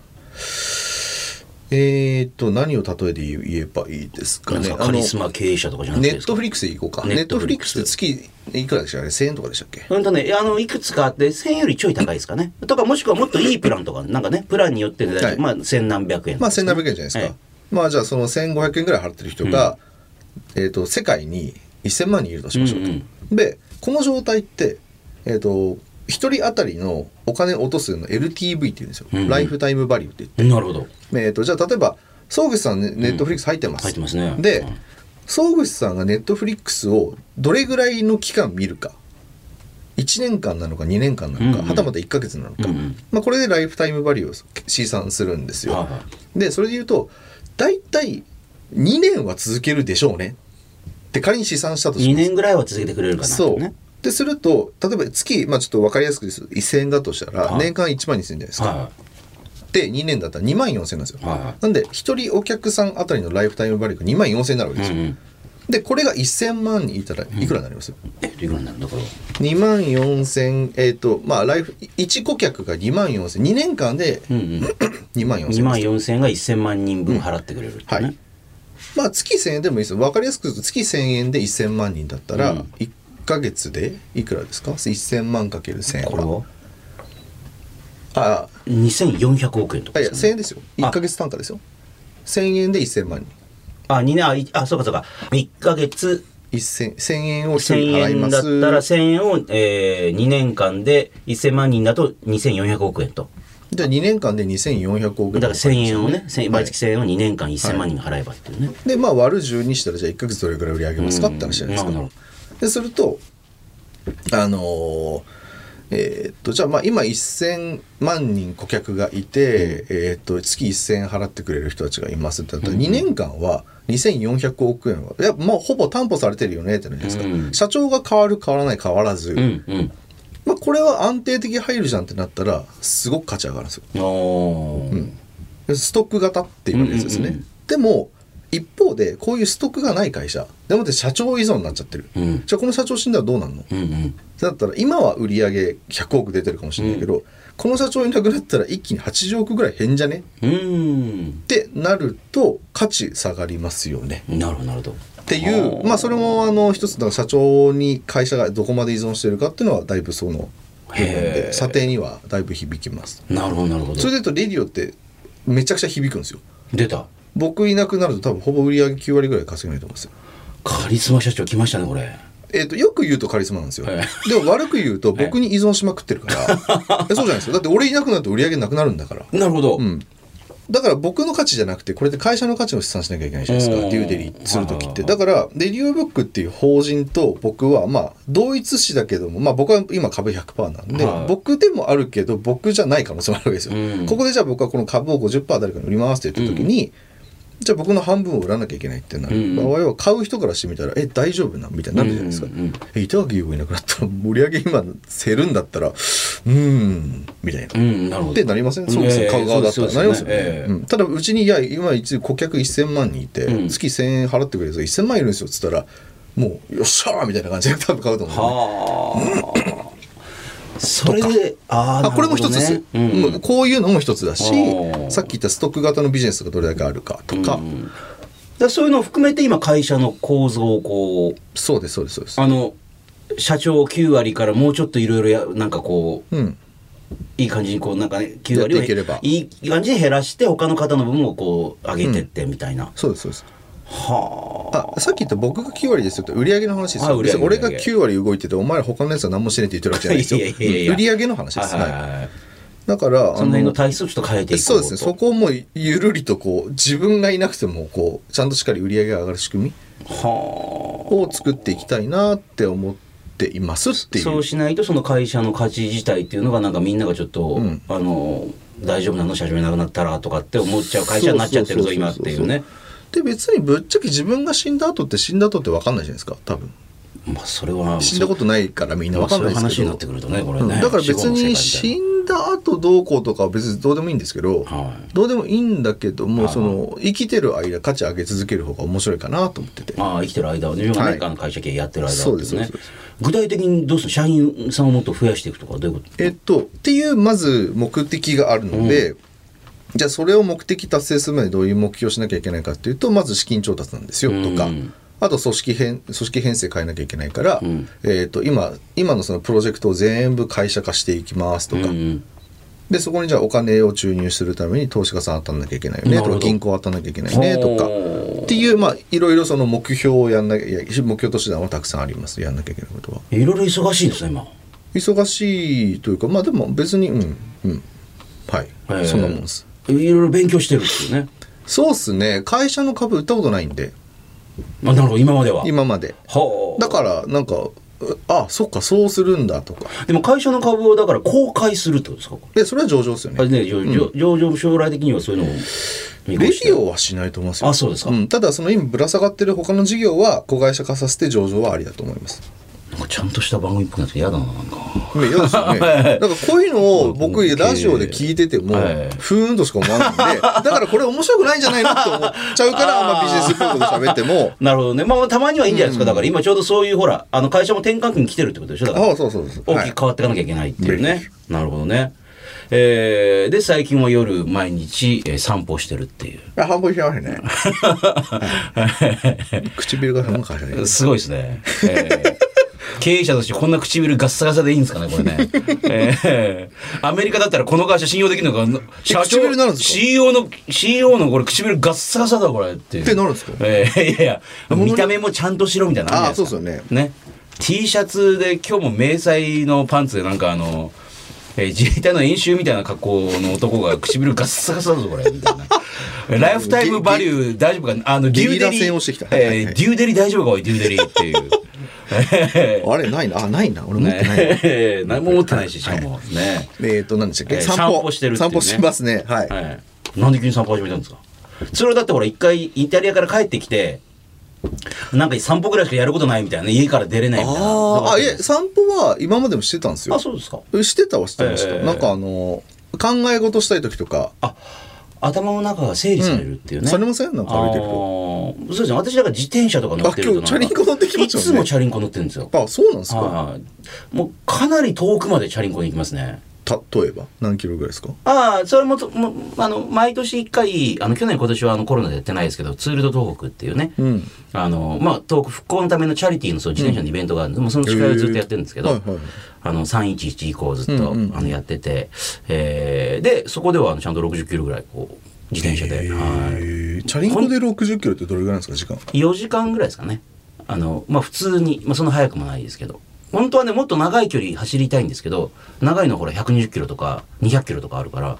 S2: えっ、と何を例えで言えばいいですか
S1: なんで
S2: ね
S1: すか
S2: あ
S1: カ
S2: の
S1: リスマ経営者とかじゃなく
S2: ネ
S1: てで
S2: ッ
S1: すか
S2: トフリックスでいこうかネットフリック
S1: Netflix
S2: スって月いくらでしたかね1000円とかでしたっけ
S1: うんとね、あのいくつかあって1000よりちょい高いですかねとかもしくはもっといいプランとかなんかねプランによってね、
S2: はい
S1: まあ千何百円
S2: まあ1700円じゃないですか、
S1: え
S2: まあじゃあその1500円ぐらい払ってる人が、えっと世界に1000万人いるとしましょうと、
S1: うん
S2: でこの状態ってえっ、と1人当たりのお金を落とすの LTV って言うんですよ、
S1: うんうん
S2: ライフタイムバリューって言って
S1: えなるほど
S2: えー、とじゃあ例えば総口さんねネットフリックス入ってます、
S1: 入ってますね
S2: で
S1: うん
S2: 総口さんがネットフリックスをどれぐらいの期間見るか1年間なのか2年間なのか、
S1: うんうん
S2: はたまた1ヶ月なのか、
S1: うんうん
S2: まあ、これでライフタイムバリューを試算するんですよ。
S1: はいは
S2: でそれで言うと大体2年は続けるでしょうねって仮に試算したとし
S1: 2
S2: ます。
S1: 年ぐらいは続けてくれるかな
S2: そ
S1: ね
S2: う。ですると例えば月、まあ、ちょっと分かりやすくです1,000円だとしたら
S1: はい
S2: 年間1万2,000円じゃないですか。
S1: は
S2: で2年だったら2万4,000円なんですよ。
S1: はいはい
S2: なんで1人お客さんあたりのライフタイムバリューが2万4,000円になるわけ
S1: い
S2: で
S1: は
S2: す
S1: い。
S2: よ。
S1: うんうん。
S2: でこれが1,000万人いたらいくらになります、
S1: え、いくらになるんだこれ。
S2: 2万4000えっ、とまあライフ1顧客が2万4000 2年間で
S1: うんうん。
S2: 2万
S1: 2
S2: 4000
S1: 万4000円が1000万人分払ってくれるってね、
S2: うんはいまあ月1000円でもいいですよ分かりやすく言うと月1000円で1000万人だったら
S1: うん
S2: 1ヶ月でいくらですか1000万かける1000円
S1: これは
S2: あ
S1: 2400億円と
S2: あ
S1: か
S2: いや
S1: です
S2: 1000
S1: よ
S2: 円
S1: ね
S2: ですよ
S1: あ
S2: 1ヶ月単価ですよ1000円で1000万人
S1: あ二年あいあそうかそうか1ヶ月
S2: 1000 1000円を1人
S1: 1000
S2: 払いま
S1: 円だっ
S2: す
S1: たら1000円を、えー、2年間で1000万人だと2400億円と
S2: じゃあ2年間で2400億円
S1: だから1000円をね千毎月
S2: は
S1: 1000円を2年間1000万人が払えばっていうね、
S2: いでまあ割る10にしたらじゃあ1ヶ月どれぐらい売り上げますかって話じゃないですか、
S1: うんなるほ
S2: でするとあのーえーっとじゃあまあ今1,000万人顧客がいて、えーっと月1,000円払ってくれる人たちがいますってなったら2年間は2,400億円はいやまあほぼ担保されてるよねってなるじゃないですか、
S1: うん
S2: 社長が変わる変わらない変わらず、
S1: どうんうん
S2: まあ、これは安定的に入るじゃんってなったらすごく価値上がるんですよ
S1: おー
S2: ストック型っていうやつですね、
S1: うんうんうん
S2: でも一方でこういうストックがない会社でもって社長依存になっちゃってる、
S1: うん
S2: じゃあこの社長死んだらどうなんの
S1: うんうん
S2: だったら今は売り上げ100億出てるかもしれないけど、この社長いなくなったら一気に80億ぐらい変じゃね
S1: うーん
S2: ってなると価値下がりますよね
S1: なるほどなるほど
S2: っていう
S1: あー
S2: まあそれもあの一つだから社長に会社がどこまで依存してるかっていうのはだいぶその部分
S1: へ
S2: で
S1: ー
S2: 査定にはだいぶ響きます
S1: なるほどなるほど
S2: それで言うとレディオってめちゃくちゃ響くんですよ
S1: 出た
S2: 僕いなくなると多分ほぼ売り上げ9割ぐらい稼げないと思うんですよ
S1: カリスマ社長来ましたねこれ
S2: えー、とよく言うとカリスマなんですよ、
S1: はい
S2: でも悪く言うと僕に依存しまくってるか ら、えそうじゃないですかだって俺いなくなると売り上げなくなるんだから
S1: なるほど、
S2: うんだから僕の価値じゃなくてこれで会社の価値を試算しなきゃいけないじゃないです
S1: う
S2: か
S1: ん
S2: デューデリする時って
S1: はいはいは
S2: だからデリューブックっていう法人と僕はまあ同一視だけどもまあ僕は今株100%なんで、
S1: はい
S2: 僕でもあるけど僕じゃない可能性もあるわけですよ、
S1: うん
S2: ここでじゃあ僕はこの株を50%誰かに売りますって言った時に、じゃあ僕の半分を売らなきゃいけないってなる場合は買う人からしてみたら「え大丈夫な?」みたいになるじゃないですか
S1: うんうんうん
S2: 「え板垣優吾いなくなったら盛り上げ今せるんだったらうーん」みたいな
S1: う。ん、なるほど
S2: ってなりません、そうです
S1: え
S2: ね、
S1: え
S2: 買う側だったら、
S1: そ
S2: な
S1: うで
S2: ります
S1: す
S2: よ
S1: よ
S2: ね
S1: ねええ
S2: うんただ、うちに、いや、今、一顧客1000万人いて、
S1: うん
S2: 月1000円払ってくれると1000万いるんですよっつったら、もう、よっしゃーみたいな感じで多分買うと思う、
S1: はあ。それで、あー
S2: あこれも一つですよ、
S1: なるほどね
S2: もうこういうのも一つだし
S1: あー
S2: さっき言ったストック型のビジネスがどれだけあるかとか、
S1: うんだからそういうのを含めて今会社の構造をこう
S2: そうですそうですそうです
S1: あの社長を9割からもうちょっといろいろやなんかこう
S2: うん
S1: いい感じにこうなんか、ね、9割を
S2: やっていければ
S1: いい感じに減らして他の方の分をこう上げてってみたいな、
S2: そうですそうです
S1: はあ
S2: あさっき言った僕が9割ですよって売り上げの話です
S1: あ
S2: よ
S1: 売り上げ
S2: 別に俺が
S1: 売り上げ
S2: 9割動いててお前ら他のやつは何もしねえって言ってるわけじゃないです よ
S1: いやいやいやいや
S2: 売り上げの話です、
S1: はい
S2: は
S1: はいいはい
S2: だから
S1: その辺の体質をちょっと変えていこうと
S2: そうですねそこをもうゆるりとこう自分がいなくてもこうちゃんとしっかり売り上げが上がる仕組み
S1: はあ
S2: を作っていきたいなって思っていますっていう
S1: そうしないとその会社の価値自体っていうのがなんかみんながちょっと、
S2: うん
S1: あの大丈夫なの社長いなくなったらとかって思っちゃう会社になっちゃってるぞ
S2: そうそう
S1: 今
S2: そう
S1: っ
S2: そう
S1: ていうね
S2: で別にぶっちゃけ自分が死んだ後って死んだ後って分かんないじゃないですか多分
S1: まあそれは
S2: 死んだことないからみんな
S1: ま
S2: 分
S1: あ
S2: かん
S1: そう
S2: ないいうです
S1: 話
S2: け
S1: にな
S2: ど、
S1: ってくるとねこれ
S2: うん
S1: ね、
S2: だから別に
S1: 死後の世界みたい
S2: 死んだ後どうこうとかは別にどうでもいいんですけど、
S1: はい
S2: どうでもいいんだけども、
S1: はい
S2: その生きてる間価値上げ続ける方が面白いかなと思ってて
S1: なまあ生きてる間はね自分がね、
S2: はい
S1: あの会社経営やってる間は
S2: そうです
S1: ね
S2: そうです
S1: 具体的にどうする社員さんをもっと増やしていくとかどういうこと
S2: えっとっていうまず目的があるので、じゃあそれを目的達成するまでどういう目標をしなきゃいけないかっていうとまず資金調達なんですよとか、
S1: うん
S2: あと組織編組織編成変えなきゃいけないから、
S1: ん
S2: えっと今今のそのプロジェクトを全部会社化していきますとか、
S1: うん
S2: でそこにじゃあお金を注入するために投資家さん当たんなきゃいけないよね
S1: なる
S2: と
S1: ほ
S2: か
S1: ど
S2: 銀行当たんなきゃいけないねとか
S1: ほう
S2: っていうまあいろいろその目標をやんなきゃいや目標と手段はたくさんありますやんなきゃいけないことは。
S1: いろいろ忙しいですね今
S2: 忙しいというかまあでも別にうんうんはい、
S1: ええ
S2: そんなもんです
S1: いろいろ勉強してるっていうね
S2: そうっすね会社の株売ったことないんで
S1: あなるほど今までは
S2: 今まで
S1: はあ
S2: だからなんかあそっかそうするんだとか
S1: でも会社の株をだから公開するってことですか
S2: でそれは上場ですよね
S1: あね、上上上場将来的にはそういうのを見越
S2: レデ
S1: して
S2: ィオはしないと思いますよ
S1: あそうですか
S2: ん、ただその今ぶら下がってる他の事業は子会社化させて上場はありだと思います
S1: なんかちゃんとした番組っぽくなって嫌だななんか
S2: ね嫌で すよね。なんかこういうのを僕
S1: はい
S2: ラジオで聞いてても、
S1: はい
S2: ふーんとしか思わないんで、だからこれ面白くないんじゃないのって思っちゃうから、あんまビジネスっぽいこと喋っても、
S1: なるほどねまあまあたまにはいいんじゃないですか、だから今ちょうどそういうほらあの会社も転換期に来てるってことでしょだから
S2: ああ、そうそうそう。
S1: 大
S2: は
S1: き
S2: い
S1: く変わっていかなきゃいけないっていうね、
S2: はい
S1: なるほどねえーで最近は夜毎日、えー散歩してるっていう
S2: あ半分しましたね。唇が半分かしない。
S1: すごいですね、え ー経営者としてこんな唇ガッサガサでいいんですかねこれ ね、えーアメリカだったらこの会社信用できるのか社長
S2: 唇になるんですか
S1: CEO の CEO のこれ唇ガッサガサだこれっていう
S2: ってなるんですか
S1: えーいやいや見た目もちゃんとしろみたいなのるじゃないか
S2: あそうです
S1: ね T シャツで今日も迷彩のパンツでなんかあの、えー自衛隊の演習みたいな格好の男が唇ガッサガサだぞこれみたい なライフタイムバリュー大丈夫かなあのデューデ
S2: ゲリ
S1: リ
S2: ラ戦をしてきたはいはい
S1: え
S2: は
S1: ー
S2: い
S1: デューデリ大丈夫かおいデューデリって いう。
S2: あれないな。あ、ないな。俺持ってないな。
S1: ね何も持ってないししかもね。
S2: えっと、何でしたっ
S1: え
S2: け
S1: ー散歩してるっていうね
S2: 散歩してますね。はい。
S1: はい、なんで急に散歩始めたんですかそれはだってほら一回イタリアから帰ってきてなんか散歩ぐらいしかやることないみたいな家から出れないみたいな
S2: ああ、あいえ、
S1: だか
S2: 散歩は今までもしてたんです
S1: ら
S2: よ
S1: あ。そうですか
S2: してたはしてました。
S1: ええ
S2: なんかあの、考え事したい時とか、
S1: あ頭の中が整理されるっていうね、
S2: うんされませんなんか歩いてる
S1: あーそうですね私だから自転車とか乗ってるとなんか
S2: あ今日チャリンコ乗ってきましたよね
S1: いつもチャリンコ乗ってるんですよ
S2: あ、そうなんですか。
S1: はいもうかなり遠くまでチャリンコに行きますね
S2: 例えば何キロぐらいですか
S1: ああそれもともあの毎年1回あの去年今年はあのコロナでやってないですけどツールド東北っていうね、
S2: ん
S1: あのまあ、東北復興のためのチャリティーのそう自転車のイベントがあるんです、もうその司会をずっとやってるんですけど、
S2: へーはいはい
S1: あの311以降ずっと、
S2: うんうん
S1: あのやってて、えーでそこではあのちゃんと60キロぐらいこう自転車で、はい
S2: えーチャリンコで60キロってどれぐらいなんですか時間
S1: 4時間ぐらいですかねあのまあ普通に、まあ、そんな速くもないですけど本当はねもっと長い距離走りたいんですけど長いのはほら120キロとか200キロとかあるから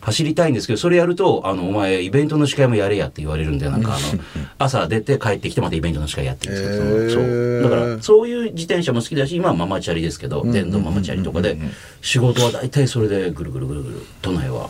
S1: 走りたいんですけどそれやると「あのお前イベントの司会もやれや」って言われるんでなんかあの 朝出て帰ってきてまたイベントの司会やってるんですけど、そ
S2: へー
S1: のそうだからそういう自転車も好きだし今はママチャリですけど電動ママチャリとかで仕事は大体それでぐるぐるぐるぐる都内は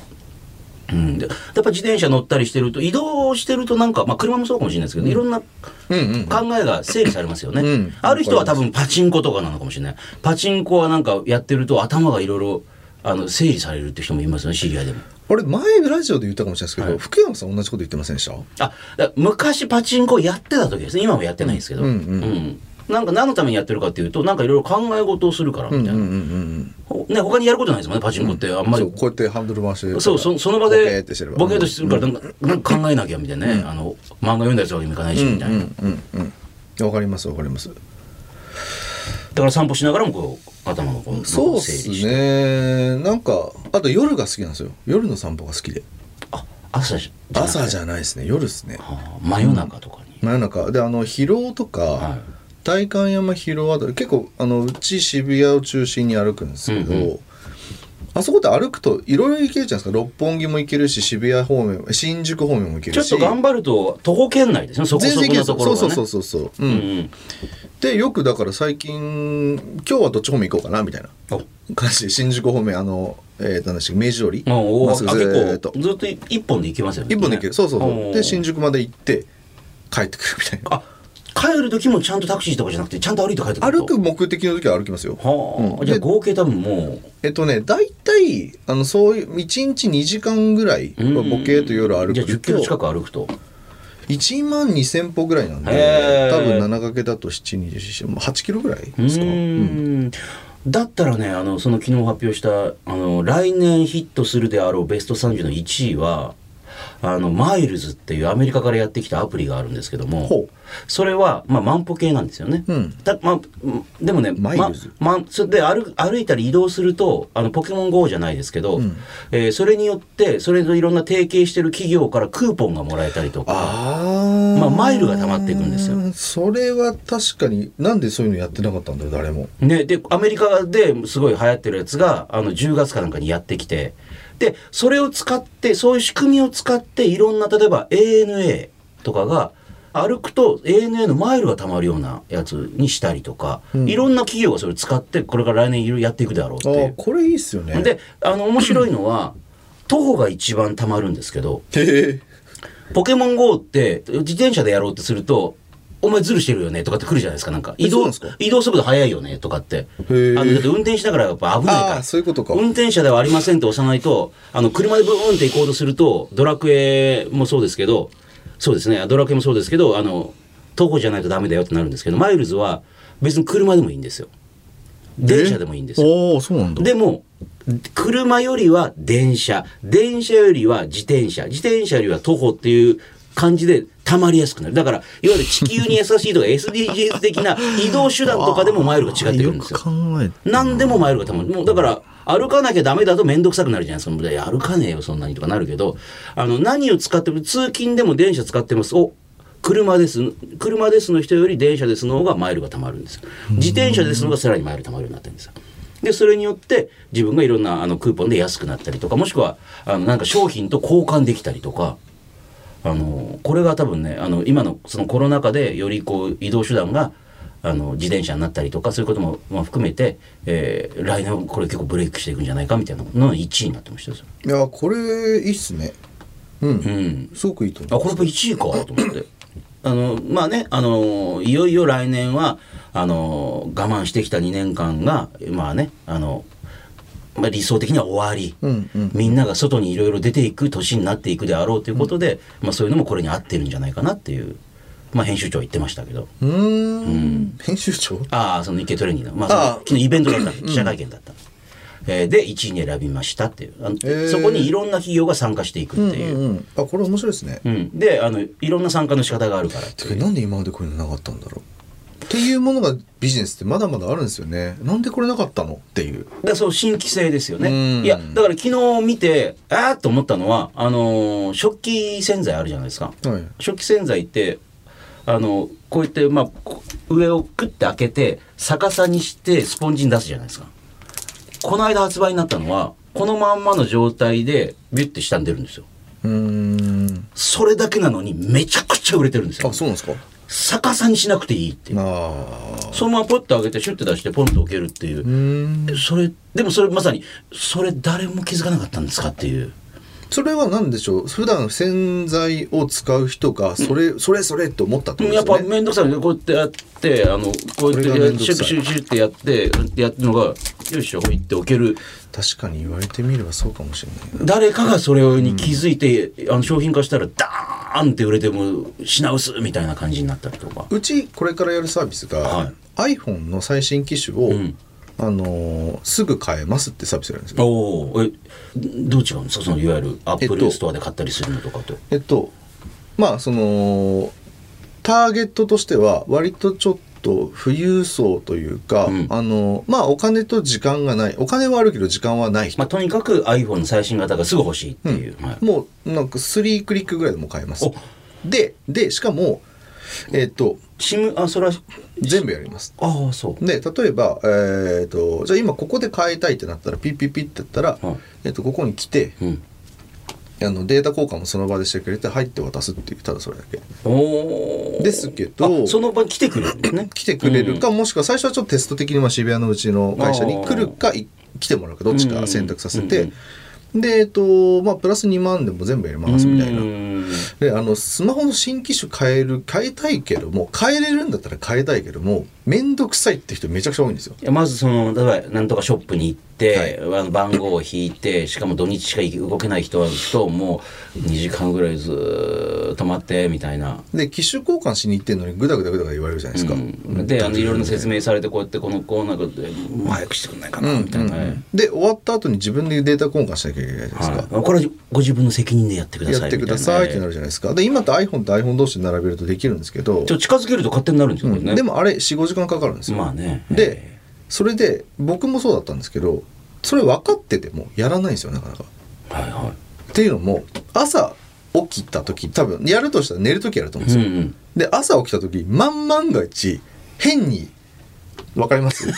S1: うん、でやっぱ自転車乗ったりしてると移動してるとなんか、まあ、車もそうかもしれないですけど、いろんな考えが整理されますよね、
S2: うん
S1: ある人は多分パチンコとかなのかもしれないパチンコはなんかやってると頭がいろいろあの整理されるって人もいますよね知り合いでも。
S2: あれ前ラジオで言ったかもしれないですけど、福山さん同じこと言ってませんでした
S1: あだ昔パチンコやってた時ですね今もやってないんですけど、
S2: うんうん
S1: うんなんか何のためにやってるかっていうとなんかいろいろ考え事をするからみたいな、
S2: うんうん
S1: ほね、他にやることないですもんねパチンコってあん
S2: うん
S1: ま
S2: そ
S1: り
S2: うこうやってハンドル回して
S1: そうそその場
S2: ボケー
S1: で
S2: ってしてれば
S1: ボケーとしてるからなんかなんか考えなきゃみたいなね、あの漫画読んだりするわけにもいかないしみたいな、
S2: うんうんうんうんわかりますわかります
S1: だから散歩しながらもこう頭のこう
S2: そう
S1: 整
S2: です
S1: 理して
S2: ねなんかあと夜が好きなんですよ夜の散歩が好きで
S1: あ朝じゃなくて
S2: 朝じゃないですね夜ですね
S1: あー真夜中とかに、
S2: 真夜中であの広尾とか、
S1: はい
S2: 代官山広尾あたり結構あのうち渋谷を中心に歩くんですけど、
S1: うんう
S2: あそこで歩くといろいろ行けるじゃないですか六本木も行けるし渋谷方面新宿方面も行け
S1: ち
S2: る
S1: ょ
S2: し
S1: っと頑張ると徒歩圏内ですねそこ
S2: 全
S1: そ
S2: 然行
S1: こ
S2: け
S1: のと
S2: る
S1: ころが、ね、
S2: そうそうそうそうそう、うん
S1: うん
S2: でよくだから最近今日はどっち方面行こうかなみたいな
S1: うん
S2: 感じで新宿方面あのえー、なんでしたっけ明治通り
S1: あおー
S2: まっすぐ
S1: あ
S2: ずーっ
S1: 結
S2: と
S1: 構ずっと一本で行けますよね
S2: 一本で行ける、そうそうそうで新
S1: 宿
S2: 宿まで行って帰ってくるみたいな
S1: あ帰る時もちゃんとタクシーとかじゃなくてちゃんと歩いて帰ってくる
S2: 歩
S1: と
S2: く目的の時は歩きますよ
S1: はあ、
S2: うん
S1: じゃあ
S2: で
S1: 合計多分も
S2: えっとね、大体、あの、そういう、1日2時間ぐらい、
S1: う、うん
S2: ボケーと夜歩
S1: じゃあ
S2: く
S1: 10キロ近
S2: と、
S1: く歩くと
S2: 1万2000歩ぐらいなんで
S1: へ、ー
S2: 多分7掛けだと7、20、もう8キロぐらいですか。
S1: うーんだったらねあのその昨日発表したあの来年ヒットするであろうベスト30の1位はあのマイルズっていうアメリカからやってきたアプリがあるんですけども
S2: ほう
S1: それは、まあ、万歩計なんですよね、
S2: うん
S1: だまあうんでもね
S2: マイルズ
S1: ままそれで歩歩いたり移動するとあのポケモン GO じゃないですけど、
S2: ん
S1: えーそれによってそれといろんな提携してる企業からクーポンがもらえたりとか
S2: あー
S1: まあマイルが溜まっていくんですよ。
S2: それは確かに、なんでそういうのやってなかったんだろう、誰も。
S1: ね、でアメリカですごい流行ってるやつがあの10月かなんかにやってきてでそれを使ってそういう仕組みを使っていろんな例えば ANA とかが歩くと ANA のマイルがたまるようなやつにしたりとか、いろんな企業がそれを使ってこれから来年いろいろやっていくだろうってい
S2: ああ
S1: う。
S2: これいいっすよね
S1: であの面白いのは徒歩が一番たまるんですけど
S2: へ
S1: ポケモン GO って自転車でやろうってすると「お前ズルしてるよね」とかって来るじゃないですかなんか移
S2: そ
S1: 動
S2: うなんですか
S1: 移動速度速いよねとかってあ
S2: へえ
S1: のだって運転しながらやっぱ危ないか
S2: ああ
S1: ら
S2: そういうことか
S1: 運転者ではありませんって押さないとあの車でブーンって行こうとするとドラクエもそうですけどそうですねドラクエもそうですけどあの徒歩じゃないとダメだよってなるんですけどマイルズは別に車でもいいんですよ電車でもいいんですよ
S2: おおそうなんだ
S1: でも車よりは電車電車よりは自転車自転車よりは徒歩っていう感じでたまりやすくなるだからいわゆる地球に優しいとか SDGs 的な移動手段とかでもマイルが違ってくるんですよ
S2: ああよく考え
S1: 何でもマイルがたまるもうだから歩かなきゃダメだと面倒くさくなるじゃないですかもういや歩かねえよそんなにとかなるけどあの何を使っても通勤でも電車使ってますお車です車ですの人より電車ですの方がマイルがたまるんですよ自転車ですの方がさらにマイルたまるようになってるんですよでそれによって自分がいろんなあのクーポンで安くなったりとかもしくはあのなんか商品と交換できたりとかあのこれが多分ねあの今のそのコロナ禍でよりこう移動手段があの自転車になったりとかそういうことも、まあ、含めて、えー来年はこれ結構ブレイクしていくんじゃないかみたいなのが1位になってましたよ。
S2: いやこれいいっすねうん
S1: うん
S2: すごくいいと思
S1: あ
S2: う
S1: これやっぱ1位かと思って。あのまあねあのいよいよ来年はあの我慢してきた2年間がまあねあの、まあ、理想的には終わり、
S2: うんうん
S1: みんなが外にいろいろ出ていく年になっていくであろうということで、まあ、そういうのもこれに合ってるんじゃないかなっていう、まあ、編集長は言ってましたけど
S2: うーん編集長
S1: ああその日経トレーニングの、まあ、
S2: あ
S1: そ
S2: あ
S1: の昨日イベントだったんで記者会見だったんで、えーで1位に選びましたっていうあの、
S2: ー
S1: そこにいろんな企業が参加していくっていう、
S2: う
S1: うん
S2: んうんあこれ面白いですね
S1: であのいろんな参加の仕方があるからって
S2: てかなんで今までこういうのなかったんだろうっていうものがビジネスってまだまだあるんですよねなんでこれなかったのっていう
S1: だからそう新規性ですよ
S2: うん
S1: ね。いやだから昨日見てあーっと思ったのはあのー食器洗剤あるじゃないですか。
S2: はい
S1: 食器洗剤ってあのこうやってまあこ上をクッて開けて逆さにしてスポンジに出すじゃないですか。この間発売になったのはこのまんまの状態でビュッて下に出るんですよ。
S2: うーん
S1: それだけなのにめちゃくちゃ売れてるんですよ
S2: あ。そうなんですか
S1: 逆さにしなくていいっていう。
S2: ああ
S1: そのままポッと開けてシュッて出してポンと置けるっていう
S2: う。ーん
S1: それでもそれまさにそれ誰も気づかなかったんですかっていう
S2: それは何でしょう普段洗剤を使う人がそれ、それそれと思ったってことで
S1: やっ
S2: すよ
S1: ぱ
S2: ね
S1: 面倒くさいのでこうやってやってあのこうやって
S2: これが面倒
S1: シ
S2: く
S1: ュッ
S2: さい
S1: シュッシュッってやってやってるのがよいしょほいって置ける
S2: 確かに言われてみればそうかもしれない
S1: 誰かがそれに気づいて、あの商品化したらダーンって売れてもう品薄みたいな感じになったりとか
S2: うちこれからやるサービスが
S1: は、
S2: iPhone の最新機種を、
S1: ん
S2: あのーすぐ買えますってサービスがあるんですよ
S1: おおえどう違うんですかそのいわゆるアップ
S2: えっと
S1: ルストアで買ったりするのとかと、
S2: えっとまあそのターゲットとしては割とちょっと富裕層というか、
S1: うん
S2: あのまあお金と時間がないお金はあるけど時間はない人、
S1: まあ、とにかく iPhone の最新型がすぐ欲しいっていう、はい
S2: もうなんか3クリックぐらいでもう買えます
S1: お
S2: ででしかもえっと
S1: シムあそれは
S2: 全部やります
S1: ああそう
S2: で例えば、えー、とじゃあ今ここで変えたいってなったらピッピッピッってやったら、
S1: はい
S2: えっとここに来て
S1: うん
S2: あのデータ交換もその場でしてくれて入って渡すっていうただそれだけ
S1: おー
S2: ですけど
S1: あその場に来てくれるんですね
S2: 来てくれるか、もしくは最初はちょっとテスト的にまあ渋谷のうちの会社に来るかい来てもらうかどっちか選択させて、でえっとまあプラス2万でも全部やりますみたいな。
S1: うん
S2: であのスマホの新機種変える変えたいけども変えれるんだったら変えたいけども面倒くさいって人めちゃくちゃ多いんですよ。
S1: いやまずその例えばなんとかショップに行って、あの番号を引いてしかも土日しか動けない人はともう2時間ぐらいずーっと待ってみたいな。
S2: で機種交換しに行ってんのにグダグダグダグダ言われるじゃないですか。
S1: うんであのいろんな説明されてこうやってこのコーナーでもう早くしてくんないかなみたいな、はい
S2: で終わった後に自分でデータ交換しなきゃいけないじゃないですか。
S1: はいこれはご自分の責任でやってくだ
S2: や
S1: さ
S2: っ
S1: い
S2: てくださいって
S1: る
S2: なるじゃないですか。で今って iPhone と iPhone 同士で並べるとできるんですけど
S1: ちょ、っと近づけると勝手になるんですよ、これね
S2: でもあれ45時間かかるんですよ。
S1: まあね
S2: でそれで僕もそうだったんですけどそれ分かっててもやらないんですよなかなか。
S1: はいは
S2: っていうのも朝起きた時多分やるとしたら寝る時やると思うんで
S1: い、
S2: す
S1: う
S2: よ。
S1: んうん、
S2: で朝起きた時万万が一変に分かります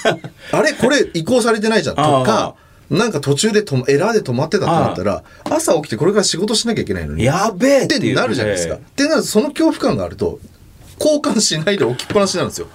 S2: あれこれ移行されてないじゃんとかなんか途中でとエラーで止まってたってなったら朝起きてこれから仕事しなきゃいけないのに
S1: やべえ
S2: ってなるじゃないですか。ってなるとその恐怖感があると交換しないで置きっぱなしなんですよ。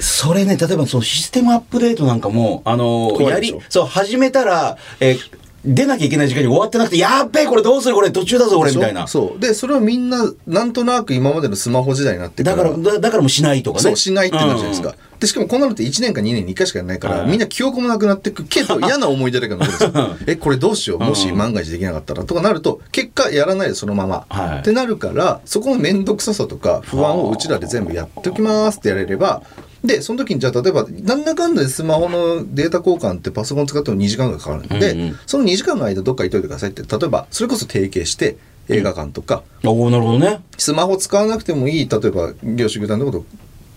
S3: それね、例えばそのシステムアップデートなんかも、あのー
S2: 怖
S3: や
S2: いでしょ
S3: り、そう、始めたら、えー出なきゃいけない時間に終わってなくて、やっべえ、これどうするこれ途中だぞ、これみたいな。
S2: そう。で、それをみんな、なんとなく今までのスマホ時代になって
S3: だから、だだからもうしないとかね。
S2: そうしないってなるじゃないですか、でしかもこんなのって1年か2年に1回しかやらないから、みんな記憶もなくなってく けど嫌な思い出だけが残るんですよえこれどうしようもし万が一できなかったらとかなると結果やらないでそのまま、
S3: はい
S2: ってなるからそこの面倒くささとか不安をうちらで全部やっておきますってやれればでその時にじゃあ例えばなんだかんだでスマホのデータ交換ってパソコン使っても2時間がかかるんで、
S3: うんうん
S2: その2時間の間どっか行っといてくださいって例えばそれこそ提携して映画館とか、
S3: うん。おーなるほどね。
S2: スマホ使わなくてもいい例えば業種具体のことを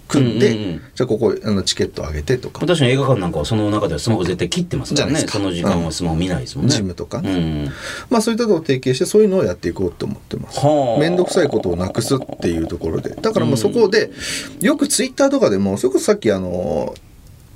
S2: 組んで、
S1: うんうんうん
S2: じゃあここあのチケットあげてとか、
S1: 私の映画館なんかはその中ではスマホ絶対切ってますから
S2: じゃな
S1: ね
S2: いですか
S1: その時間はスマホ見ないですもんね、
S2: ジムとか
S1: う
S2: ね、
S1: ん
S2: まあそういったところを提携してそういうのをやっていこうと思ってます
S1: はあ
S2: 面倒くさいことをなくすっていうところでだからもうそこで、よくツイッターとかでもそれこそさっきあの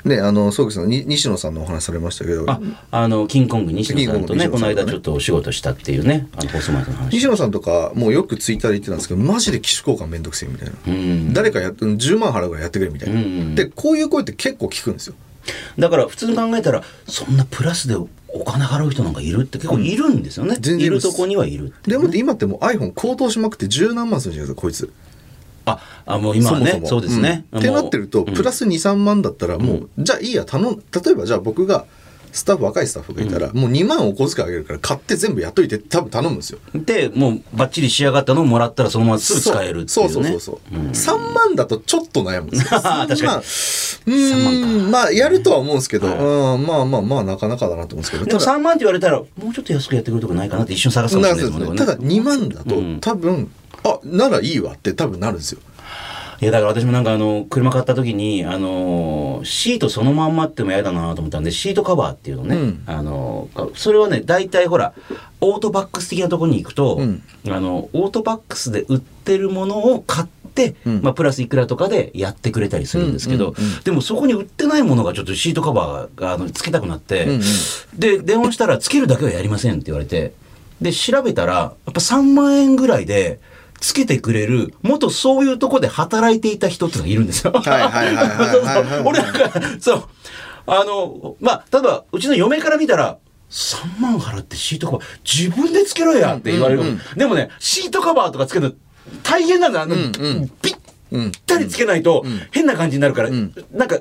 S2: ねあの宗家さんのに西野さんのお話されましたけど
S1: ああのキングコング西野さんとね
S2: キ
S1: こ
S2: ングコング西野さんとね
S1: の間ちょっとお仕事したっていうねあの放送前の話
S2: 西野さんとかもうよくツイッターで言ってたんですけどマジで機種交換めんどくせえみたいな、
S1: うん
S2: 誰かやっ10万払うからやってくれみたいな、
S1: うんうん
S2: でこういう声って結構聞くんですよ
S1: だから普通に考えたらそんなプラスでお金払う人なんかいるって結構いるんですよね、
S2: 全然
S1: い
S2: いま
S1: る
S2: す
S1: とこにはいる
S2: でもって今ってもう iPhone 高騰しまくって十何万するじゃないですかこいつ
S1: ああもう今はね
S2: そ
S1: そ
S2: もそも
S1: うですね、
S2: うんってなってるとプラ
S1: ス
S2: ス23万だったらもう、じゃあいいや頼ん例えばじゃあ僕がスタッフ若いスタッフがいたら、もう2万お小遣いあげるから買って全部やっといてって多分頼むんですよ
S1: でもうバッチリ仕上がったのをもらったらそのまますぐ使えるっていうね
S2: そうそうそうそう、3万だとちょっと悩むんですよ
S1: 確かに
S2: 3万うーんまあやるとは思うんですけど、うんまあまあまあなかなかだなと思うんですけど
S1: でも
S2: ただ
S1: 3万って言われたらもうちょっと安くやってくれるとこないかなって一瞬探すかもしれないですもんねこ
S2: な
S1: れ
S2: んか
S1: ね
S2: ただ2万だと、多分あならいいわって多分なるんですよ
S1: いやだから私もなんかあの車買った時にあのーシートそのまんまっても嫌だなと思ったんでシートカバーっていうのね、
S2: うん
S1: あのーそれはね大体ほらオートバックス的なところに行くと、
S2: うん
S1: あのオートバックスで売ってるものを買って、
S2: うん
S1: まあ、プラスいくらとかでやってくれたりするんですけど、
S2: うんうんうん
S1: でもそこに売ってないものがちょっとシートカバーがあのつけたくなって、
S2: うんうん
S1: で電話したら「つけるだけはやりません」って言われてで調べたらやっぱ3万円ぐらいでつけてくれる元そういうとこで働いていた人ってのがいるんですよ。
S2: いはいはいはいはい
S1: そうそう
S2: はいはい
S1: 俺なんかそうあのまあ例えばうちの嫁から見たら3万払ってシートカバー自分でつけろやって言われる、
S2: うんうん
S1: でもねシートカバーとかつけるの大変なんだあの、
S2: んうん
S1: ピッ
S2: うん
S1: ぴったりつけないと変な感じになるから、
S2: ん
S1: なんか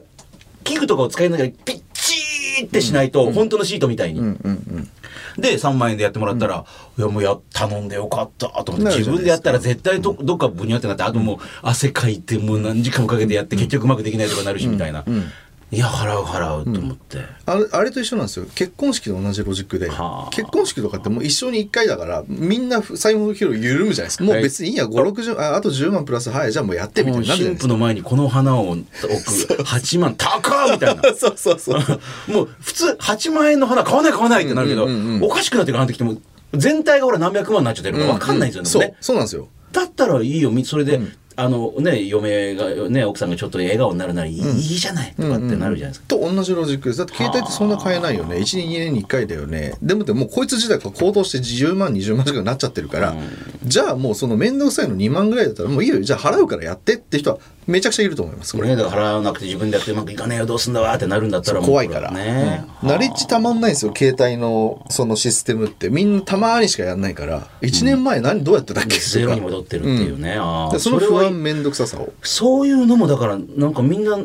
S1: 器具とかを使いながらピッチーってしないと本当のシートみたいに、
S2: うんうんうん
S1: で3万円でやってもらったら、いやもうや頼んでよかったと思っ
S2: な
S1: て自
S2: るじゃな
S1: 分
S2: いですか
S1: でやったら絶対どどっかブニャってなってあともう汗かいてもう何時間もかけてやって結局うまくできないとかなるしみたいな、
S2: ん
S1: いや払う払うと思って、
S2: あれあれと一緒なんですよ結婚式と同じロジックで、
S1: はあ
S2: 結婚式とかってもう一生に1回だからみんな財布の広い緩むじゃないですかもう別にいいや560ああと10万プラスはいじゃあもうやってみたい
S1: もう
S2: になるじゃな
S1: 新
S2: いです
S1: 婦
S2: か
S1: の前にこの花を 置く8万高っみたいな
S2: そうそうそう
S1: もう普通8万円の花買わない買わないってなるけど、
S2: うんうんうんうん
S1: おかしくなってからなってきても全体がほら何百万になっちゃってる から分かんないんですよね、
S2: そうそうなんですよ
S1: だったらいいよみそれで、あのね嫁がね奥さんがちょっと笑顔になるならいい,、じゃないとかってなるじゃないですか、
S2: と同じロジックですだって携帯ってそんな買えないよね1年2年に1回だよねでもでももうこいつ自体が行動して10万20万近くなっちゃってるから、じゃあもうその面倒くさいの2万ぐらいだったらもういいよじゃあ払うからやってって人はめちゃくちゃいると思いますこれ
S1: ねだから払わなくて自分でやってうまくいかねえよどうすんだわってなるんだったらもう
S2: 怖いから、
S1: ね、
S2: うんナレッジたまんないですよ携帯のそのシステムってみんなたまーにしかやんないから1年前何どうやってたっけ、とか
S1: ゼロに戻ってるっていうね、ああ
S2: でその
S1: れ
S2: 不
S1: は
S2: 安めんどくささを
S1: そういうのもだからなんかみんな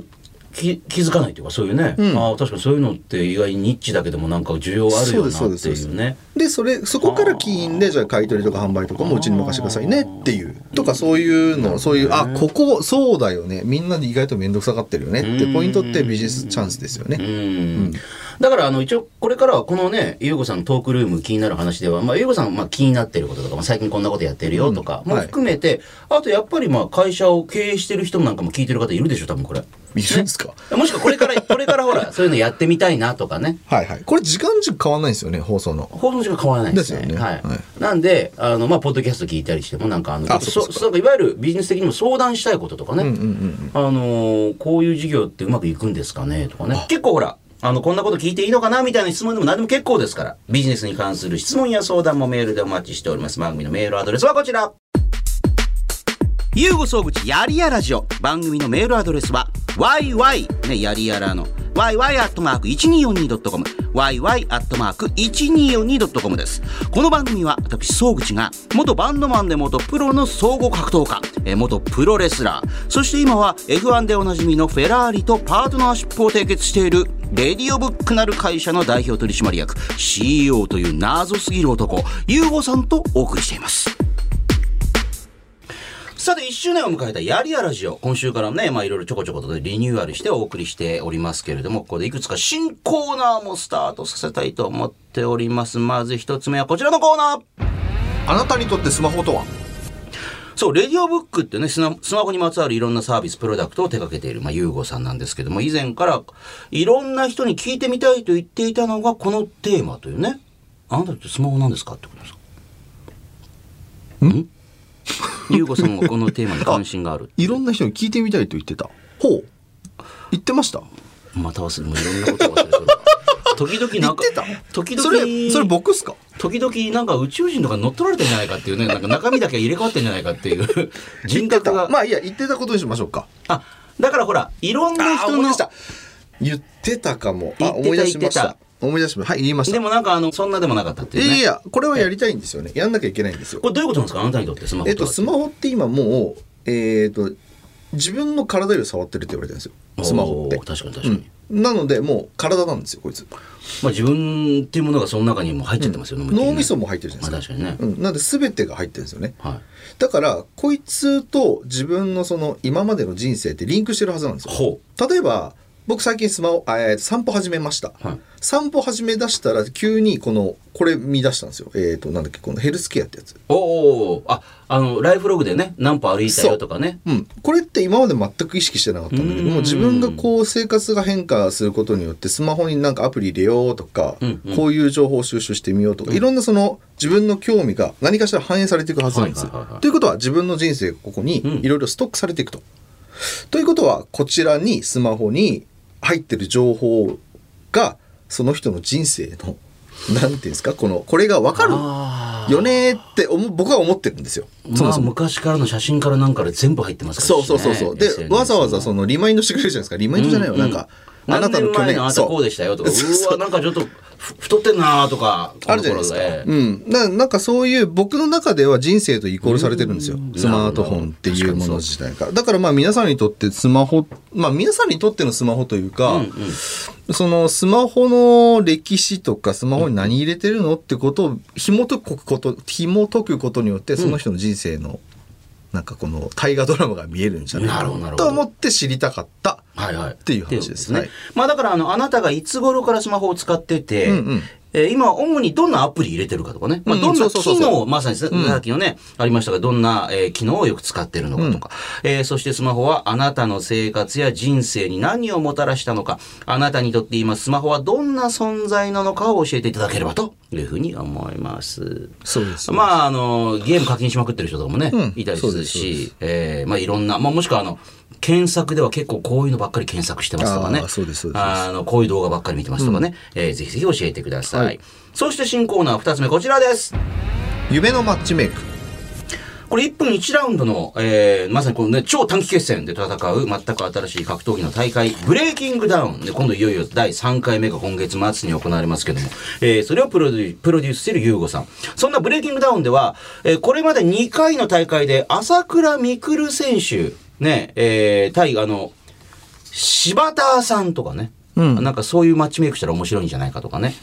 S1: 気気づかないというかそういうね、
S2: ん
S1: ああ確かにそういうのって意外にニッチだけでもなんか需要あるよな
S2: そうで
S1: っ
S2: す
S1: て
S2: そうです
S1: い
S2: そうう
S1: ね
S2: でそれそこから起因でじゃあ買い取りとか販売とかもうちに任せてくださいねっていうとかそういうのそういうあここそうだよねみんなで意外とめんどくさがってるよねってポイントってビジネスチャンスですよね
S1: うんだからあの一応これからはこのね優子さんのトークルーム気になる話では、まあ、優子さんまあ気になってることとか、まあ、最近こんなことやってるよとか
S2: うん
S1: も含めて、あとやっぱりまあ会社を経営してる人なんかも聞いてる方いるでしょ多分これ。
S2: いるんですか
S1: もしくはこれ からこれからほらそういうのやってみたいなとかね
S2: はいはいこれ時間軸変わんないんですよね放送の
S1: 放送の時間変わらないですね。
S2: ですよね
S1: はい。
S2: は
S1: なんで、あの、まあ、ポッドキャスト聞いたりしても、なんか、あの、
S2: あ
S1: そ
S2: そうかそう
S1: そ
S2: か
S1: うなんかいわゆるビジネス的にも相談したいこととかね、
S2: うんうん
S1: あのーこういう事業ってうまくいくんですかねとかね。結構ほら、あの、こんなこと聞いていいのかなみたいな質問でも何でも結構ですから、ビジネスに関する質問や相談もメールでお待ちしております。番組のメールアドレスはこちら。ユーゴ総口やりやラジオ番組のメールアドレスは yy ねやりやらの yy.1242.com yy.1242.com ですこの番組は私総口が元バンドマンで元プロの総合格闘家えー元プロレスラーそして今は F1 でおなじみのフェラーリとパートナーシップを締結しているレディオブックなる会社の代表取締役 CEO という謎すぎる男ユーゴさんとお送りしていますさて、1周年を迎えたやりやラジオ。今週からね、まあいろいろちょこちょことねリニューアルしてお送りしておりますけれども、ここでいくつか新コーナーもスタートさせたいと思っております。まず一つ目はこちらのコーナー
S2: あなたにとってスマホとは
S1: そう、レディオブックってね、スマスマホにまつわるいろんなサービス、プロダクトを手掛けている、まあ、ユーゴさんなんですけども、以前からいろんな人に聞いてみたいと言っていたのが、このテーマというね。あなたってスマホなんですかってことですかんユーゴさんもこのテーマに関心がある。
S2: いろんな人に聞いてみたいと言ってたほう言ってました
S1: また忘れ、もういろんなことを忘れてる。時々
S2: 言
S1: な
S2: っ
S1: んか
S2: てた、
S1: 時
S2: そ
S1: 々、
S2: れそれ僕っすか
S1: 時々なんか宇宙人とか乗っ取られてんじゃないかっていうね、なんか中身だけ入れ替わってんじゃないかっていう 人格
S2: 言っ
S1: が
S2: てた。まあいいや言ってたことにしましょうか
S1: あ、だからほら、いろんな
S2: あー
S1: 人
S2: 思い
S1: の
S2: 出し、た言ってたかもあ
S1: 言ってた
S2: 思い出し
S1: 言
S2: まし
S1: った
S2: 思い出しましたはい言いまし
S1: で
S2: た
S1: もなんかあの、そんなでもなかったって
S2: い
S1: いう
S2: やい
S1: ね。
S2: やこれはやりたいんですよねやんなきゃいけないんですよ
S1: これどういうことなんですかあなたにとってスマホ
S2: えっ
S1: と
S2: と
S1: は
S2: スマホって今もうえっと自分の体より触ってるって言われてるんですよスマホって
S1: おー確かに確かに。
S2: うんなのでもう体なんですよこいつ
S1: まあ自分っていうものがその中にも入っちゃってますよね。思いっきりね
S2: 脳みそも入ってるじゃない
S1: ま
S2: で
S1: あ
S2: す
S1: 確
S2: か
S1: かにね。
S2: うん、なんで全てが入ってるんですよね
S1: はい。
S2: だからこいつと自分のその今までの人生ってリンクしてるはずなんですよ
S1: ほ
S2: 例えば僕最近スマホあえー散歩始めました、
S1: はい
S2: 散歩始め出したら急にこのこれ見出したんですよえっ、となんだっけこのヘルスケアってやつ
S1: おおあ、あの、ライフログでね、何歩歩いたよとかね。
S2: うん、これって今まで全く意識してなかったんだけど
S1: う
S2: も
S1: ん
S2: 自分がこう生活が変化することによってスマホになんかアプリ入れようとか、
S1: うんうん
S2: こういう情報を収集してみようとか、いろんなその自分の興味が何かしら反映されていくはずなんです。
S1: はいはいはいはい
S2: ということは自分の人生がここに
S1: うん
S2: いろいろストックされていくと。ということはこちらにスマホに入ってる情報がその人の人生のなんていうんですかこのこれが分かる
S1: あー
S2: よねーって思う僕は思ってるんですよ。そも
S1: ま
S2: そも
S1: あ、昔からの写真からなんから全部入ってますから
S2: そ
S1: ね、
S2: うそうそうそう。で、
S1: SNS
S2: わざわざそのリマインドしてくれるじゃないですか。リマインドじゃないよ。
S1: うん
S2: なんか、あ
S1: 何
S2: なたの
S1: 年
S2: 去
S1: 前
S2: 年
S1: のあ、なた
S2: そ
S1: こうでしたよとかう
S2: そうそう
S1: わなんかちょっとふ太ってんなーとか
S2: あるじゃないですか。
S1: この頃
S2: うん。ななんかそういう僕の中では人生とイコールされてるんですよ
S1: うん。
S2: スマートフォンっていうもの自体が。だからまあ皆さんにとってスマホ、まあ皆さんにとってのスマホというか、
S1: うんうん
S2: そのスマホの歴史とかスマホに何入れてるのってことを紐解くこと、紐解くことによってその人の人生のなんかこの大河ドラマが見えるんじゃないか
S1: なるほどな
S2: な
S1: るほ
S2: と
S1: ど
S2: 思って知りたかった。
S1: はいはい、って
S2: いう話ですね
S1: いうことまあだからあのあなたがいつ頃からスマホを使ってて、
S2: うんうん
S1: えー今主にどんなアプリ入れてるかとかね、まあ、
S2: うん
S1: どん
S2: そう
S1: な
S2: そうそう
S1: 機
S2: そう
S1: 能をまさにささっきのね、ありましたがどんな、えー機能をよく使ってるのかとか、えーそしてスマホはあなたの生活や人生に何をもたらしたのかあなたにとって今スマホはどんな存在なのかを教えていただければというふうに思います。
S2: そうです
S1: まあ、あの、ゲーム課金しまくってる人とかもね、
S2: うん
S1: いたりす
S2: そう
S1: る
S2: ですそうで
S1: し、えーまあいろんな、まあもしくはあの、検索では結構こういうのばっかり検索してますとかね。
S2: あーそうですそうです
S1: あの、こういう動画ばっかり見てますとかね。えーぜひぜひ教えてください。
S2: はい
S1: そして新コーナー2つ目、こちらです。
S2: 夢のマッチメイク。
S1: これ1分1ラウンドの、えーまさにこのね、超短期決戦で戦う全く新しい格闘技の大会、ブレイキングダウンで、今度いよいよ第3回目が今月末に行われますけども、えーそれをプロデュプロデュースしているユーゴさん。そんなブレイキングダウンでは、えーこれまで2回の大会で、朝倉未来選手、ね、えー対、あの、柴田さんとかね、なんかそういうマッチメイクしたら面白いんじゃないかとか ね。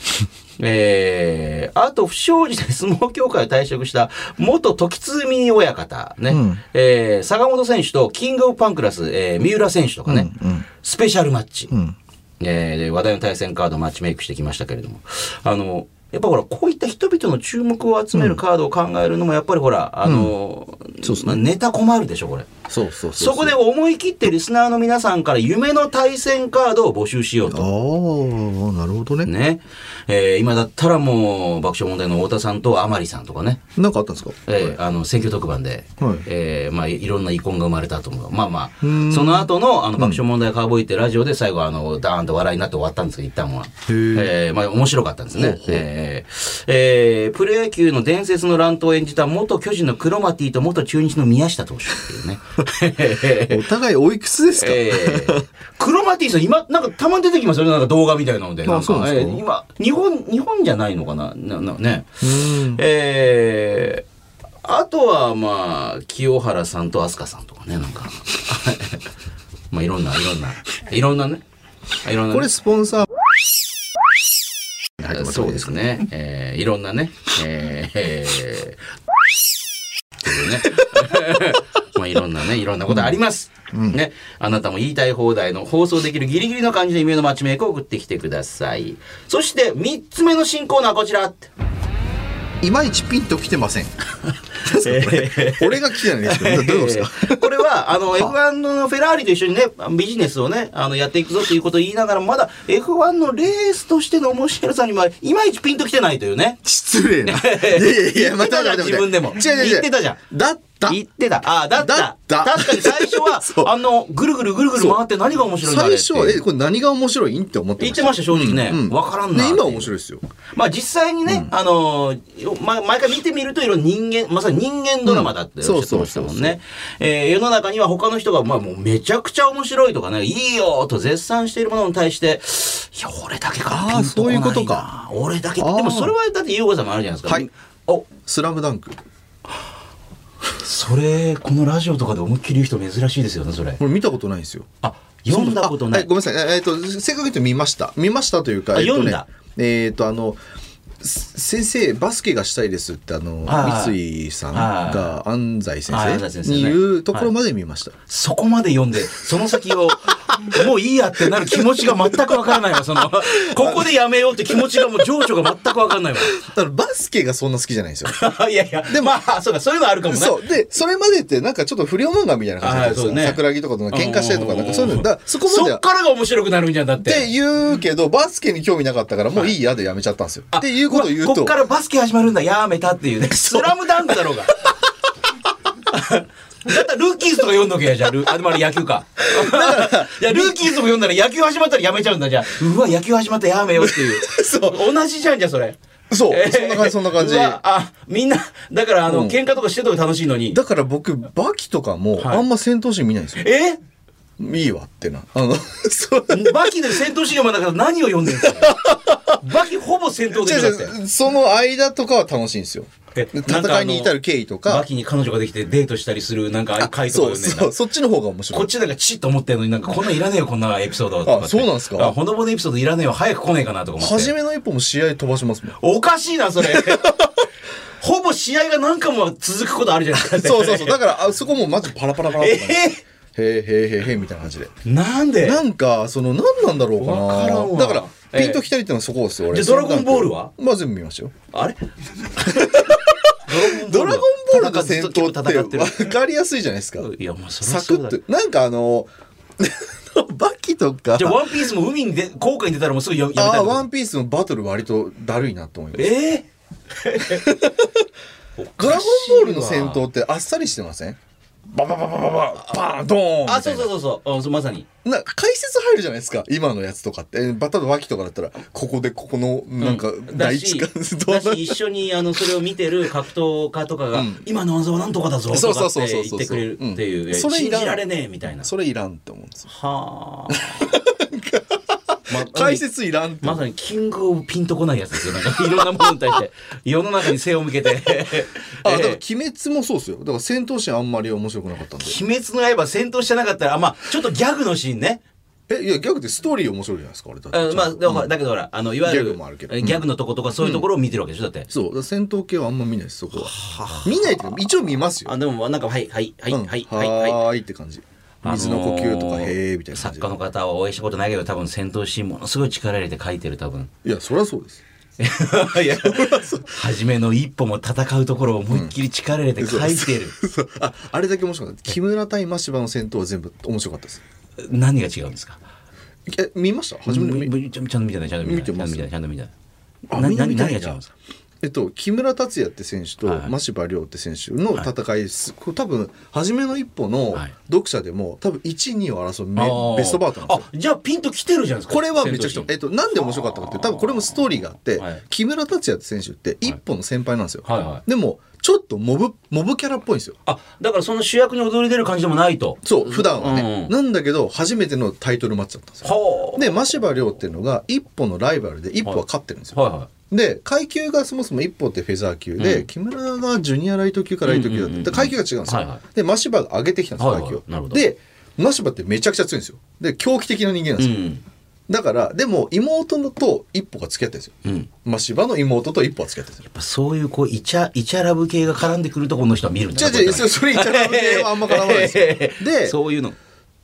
S1: えー、あと、不祥事で相撲協会を退職した元時津海親方ね、
S2: うん
S1: えー坂本選手とキングオブパンクラス、えー三浦選手とかね、
S2: うんうん
S1: スペシャルマッチ、
S2: ん
S1: えーで話題の対戦カードをマッチメイクしてきましたけれども、あの、やっぱほら、こういった人々の注目を集めるカードを考えるのも、やっぱりほら、あの、
S2: そうっすね
S1: まあネタ困るでしょ、これ。
S2: そうそうそ
S1: そ
S2: う
S1: こで思い切ってリスナーの皆さんから夢の対戦カードを募集しよう
S2: あ
S1: と。
S2: あなるほどね
S1: ね。えー今だったらもう爆笑問題の太田さんと甘利さんとかね。
S2: なんかあったんですか
S1: えーあの選挙特番で、
S2: はい
S1: えーまあ、いろんな遺恨が生まれたと思うまあまあ
S2: ん
S1: その後のあの爆笑問題カーボーイってラジオで最後あのダーンと笑いになって終わったんですけど一旦は、
S2: へ
S1: えーまあ、面白かったんです
S2: ほう
S1: ね
S2: ほう、
S1: えーえープロ野球の伝説の乱闘を演じた元巨人のクロマティと元中日の宮下投手っ ていうね
S2: お互いおいくつですか、
S1: えークロマティさん今なんかたまに出てきますよねなんか動画みたいなので
S2: あ
S1: なんか
S2: そうなんですか
S1: えー今日本日本じゃないのかなななね
S2: うん
S1: えー、あとはまあ清原さんと飛鳥さんとかねなんか まあいろんないろんないろんなねいろんなね
S2: これスポンサー入ってます
S1: そうですね、えー、いろんなねえーえーっていうね まあいろんなねいろんなことあります、ねあなたも言いたい放題の放送できるギリギリの感じの夢のマッチメイクを送ってきてくださいそして3つ目の新コーナーこちら
S2: いまいちピンときて ません俺が来てないです けどどういうことですか
S1: えーこれはあの F1 のフェラーリと一緒にねビジネスをねあのやっていくぞということを言いながらもまだ F1 のレースとしての面白さにはいまいちピンときてないというね
S2: 失 礼な。いやいやいや、待って待って待って。
S1: 自分でも
S2: 違う違う違う。
S1: 言ってたじゃん
S2: だった。
S1: 言ってたああだった
S2: だった
S1: 確かに最初
S2: そう
S1: はあのぐるぐるぐるぐる回って何が面白いんだあれ
S2: 最
S1: って
S2: 初は、え、これ何が面白いんって思って
S1: 言ってました正直ね
S2: う
S1: わからんな
S2: ね今面白いですよ。
S1: まあ実際にね、あのーま、毎回見てみるといろいろ人間まさに人間ドラマだっておっしゃってましたも
S2: うんんそうそう
S1: ねえー世の中には他の人が、まあ、もうめちゃくちゃ面白いとかねいいよと絶賛しているものに対していや俺だけかピ
S2: あー
S1: ンとこ
S2: そう
S1: ないいうな
S2: ことか
S1: 俺だけで
S2: あー
S1: もそれはだって優子さんもあるじゃないですか、
S2: はい
S1: お
S2: スラムダンク。
S1: それこのラジオとかで思いっきり言う人珍しいですよねそれ
S2: これ見たことないんですよ。
S1: あ読んだことな
S2: あ
S1: い
S2: ごめんなさい。ええっと、正確に言うと見ました。見ましたというか、
S1: あ
S2: えっとね
S1: 読んだ。
S2: えっと、あの、す先生バスケがしたいですってあの
S1: あー
S2: 三井さんが安西
S1: あー安
S2: 先
S1: 西先
S2: 生
S1: 生ね
S2: に言うところまで見ました、
S1: そこまで読んで、その先を、 もういいやってなる気持ちが全くわからないわ。そ の、ここでやめようって気持ちがもう情緒が全くわからない
S2: だからバスケがそんな好き じゃないんですよ
S1: わ。いやいや、でも、まあ、そうか、 そういうのあるかもね。
S2: そうでそれまでってなんかちょっと不良漫画みたいな感じだったんで
S1: あー
S2: すよ
S1: そうね
S2: 桜木とかとなんか喧嘩したりとかなんかそういうのだからそこまで
S1: そ
S2: は
S1: っからが面白くなるんじゃんだっ
S2: って
S1: て。
S2: 言うけどバスケに興味なかったからもういいやでやめちゃったんですよ。っていうことを言う
S1: わことっからバスケ始まるんだ、やめたって いうね。スラムダンクだろうが。だったらルーキーズとか読んどけや、じゃあ。ルあ、でもあれ野球か。 いや、ルーキーズも読んだら野球始まったらやめちゃうんだ、じゃあ。うわ、野球始まったらやめようっていう。
S2: そう
S1: 同じじゃん、じゃあ、それ。
S2: そう
S1: えー
S2: そんな感じそんな感じ
S1: うわあ、みんな、だから、あの、
S2: うん
S1: 喧嘩とかしてとか楽しいのに。
S2: だから僕バキとかも
S1: はい
S2: あんま戦闘シーン見ないんですよ。
S1: え
S2: いいわってなあの そう
S1: バキで戦闘シーンがまだから何を読んでるんですかバキほぼ戦闘で
S2: 違
S1: し
S2: う
S1: ょだって
S2: 違うその間とかは楽しいんですよ。
S1: えなんかあ
S2: 戦
S1: の
S2: いに至る経緯と
S1: バ
S2: か。
S1: キに彼女ができてデートしたりする、なんか、ああいう回と
S2: そ
S1: か
S2: う
S1: 読んでん
S2: そ
S1: だ
S2: う。そっちの方が面白
S1: こっ
S2: い。
S1: ちなんかチッと思ってんのになんかこんなんいらねえよこんなエピソードとかって
S2: あそうなんすか
S1: あほのぼのエピソードいらねえよ早く来ねえかなとか思って
S2: 初めの一歩も試合飛ばしますもん。
S1: おかしいなそれほぼ試合が何回も続くことあるじゃないですか
S2: そうそうそうだからあそこもまずパラパラパラ
S1: え
S2: とかね。へーへーへーへーみたいな感じで。
S1: ーなんで
S2: なんかその何なんだろうか
S1: わから
S2: なん
S1: わ
S2: だからピンときたりってのはそこですよ、俺
S1: じゃあドラゴンボールは
S2: まあ全部見ましたよ
S1: あれ
S2: ドラゴンボールの戦闘
S1: 戦ってる
S2: って分かりやすいじゃないですか
S1: いやもうそれ
S2: サ
S1: はそ
S2: ク
S1: うだ
S2: ッとなんかあの バキとか
S1: じゃあワンピースも海にで航海に出たらもうすぐややめたい
S2: あー
S1: とか
S2: ワンピースのバトル割とだるいなと思います
S1: ええ
S2: ドラゴンボールの戦闘ってあっさりしてませんバババババババーンドーンみたいな
S1: あそうそうそうそうあそうまさに
S2: な解説入るじゃないですか今のやつとかってえバタとバキとかだったらここでここのなんか
S1: だ
S2: 第
S1: し
S2: 一
S1: だ
S2: 関
S1: し
S2: 節どうなる
S1: 一緒にあのそれを見てる格闘家とかが「今の技はなんとかだぞ」
S2: そ
S1: と
S2: うそ
S1: か
S2: う
S1: っ
S2: そうそう
S1: て
S2: そ
S1: 言っ
S2: う
S1: てくれるっていううん
S2: それい
S1: 信
S2: らん
S1: じられねえみたいな
S2: それいらんと思うんですよ。
S1: はあ
S2: 解説いらんって。
S1: まさにキングオブピンとこないやつですよ。なんかいろんなものに対 して、世の中に背を向けて。
S2: あ、
S1: え
S2: だ
S1: え
S2: から鬼滅もそうですよ。だから戦闘シーンあんまり面白くなかったんで。
S1: 鬼滅の刃戦闘してなかったら、あまあ、ちょっとギャグのシーンね。
S2: え、いや、逆でストーリー面白いじゃないですか、あれだって。
S1: あまあ、でも
S2: うん
S1: だけどほら、あの、いわゆる、
S2: ギャグ
S1: ギ
S2: もあるけど
S1: ャグのとことかそういうところを見てるわけでしょ、だって。
S2: そう、だから戦闘系はあんま見ないです、そこは。見ないっていうか一応見ますよ。
S1: あ、でも、なんか、はい、はい、はい、
S2: うん
S1: はい、
S2: は
S1: はい、はい。
S2: ーいって感じ。水の呼吸とか、へーみたいな感
S1: 作
S2: じ
S1: 家の方は応援したことないけど多分戦闘シーンものすごい力入れて書いてる多分
S2: いや、そりゃそうです。
S3: いや初めの一歩も戦うところを思いっきり力入れて書いてる、
S2: そうああれだけ面白かった木村対真柴の戦闘は全部面白かったです
S3: 何が違うんですか
S2: え見ました初めて見
S3: みちゃんちゃんと見てないちゃんと見てない
S2: 見てます
S3: ちゃんと見てないちゃ
S2: あ
S3: んと
S2: み
S3: 見てないな何
S2: んな見た
S3: 何が
S2: いな
S3: 違うんですか
S2: えっと、木村達也って選手と
S3: はい
S2: 真柴亮って選手の戦いです、これ多分初めの一歩の
S3: はい
S2: 読者でも多分1、2を争うめ
S3: あー
S2: ベストバートなんですよ
S1: あじゃあピンと来てるじゃないですか
S2: これはめちゃくち
S1: 戦
S2: ゃ
S1: 闘、シ
S2: え
S1: ーン
S2: っと、なんで面白かったかって多分これもストーリーがあって、
S1: はい
S2: 木村達也って選手って一歩の先輩なんですよ、
S1: はいはい
S2: でもちょっとモブモブキャラっぽいんですよ
S1: あだからその主役に踊り出る感じでもないと
S2: そう普段はね、
S1: うん
S2: なんだけど初めてのタイトルマッチだったんですよ
S1: は
S2: で真柴亮っていうのが一歩のライバルで一歩は勝ってるんですよ、
S1: あはいはい
S2: で階級がそもそも一歩ってフェザー級で、
S1: うん
S2: 木村がジュニアライト級かライト級だった、
S1: うんうんうんうん
S2: で階級が違うんですよ、
S1: はいはい
S2: で真柴が上げてきたんですよ
S1: はいはい
S2: 階級を、
S1: なるほど
S2: で真柴ってめちゃくちゃ強いんですよで狂気的な人間なんですよ、
S1: ん
S2: だからでも妹のと一歩が付き合ってるんですよ
S1: うんや
S2: 真柴の妹と一歩は付き合ってるんですよ
S1: っぱそういうこうイチャイチャラブ系が絡んでくるとこの人は見るんだ
S2: じゃ
S1: な
S2: あじ
S1: こ
S2: ゃあ
S1: うやって
S2: それ言っちゃダメはあんま絡まない ですよで
S3: そういうの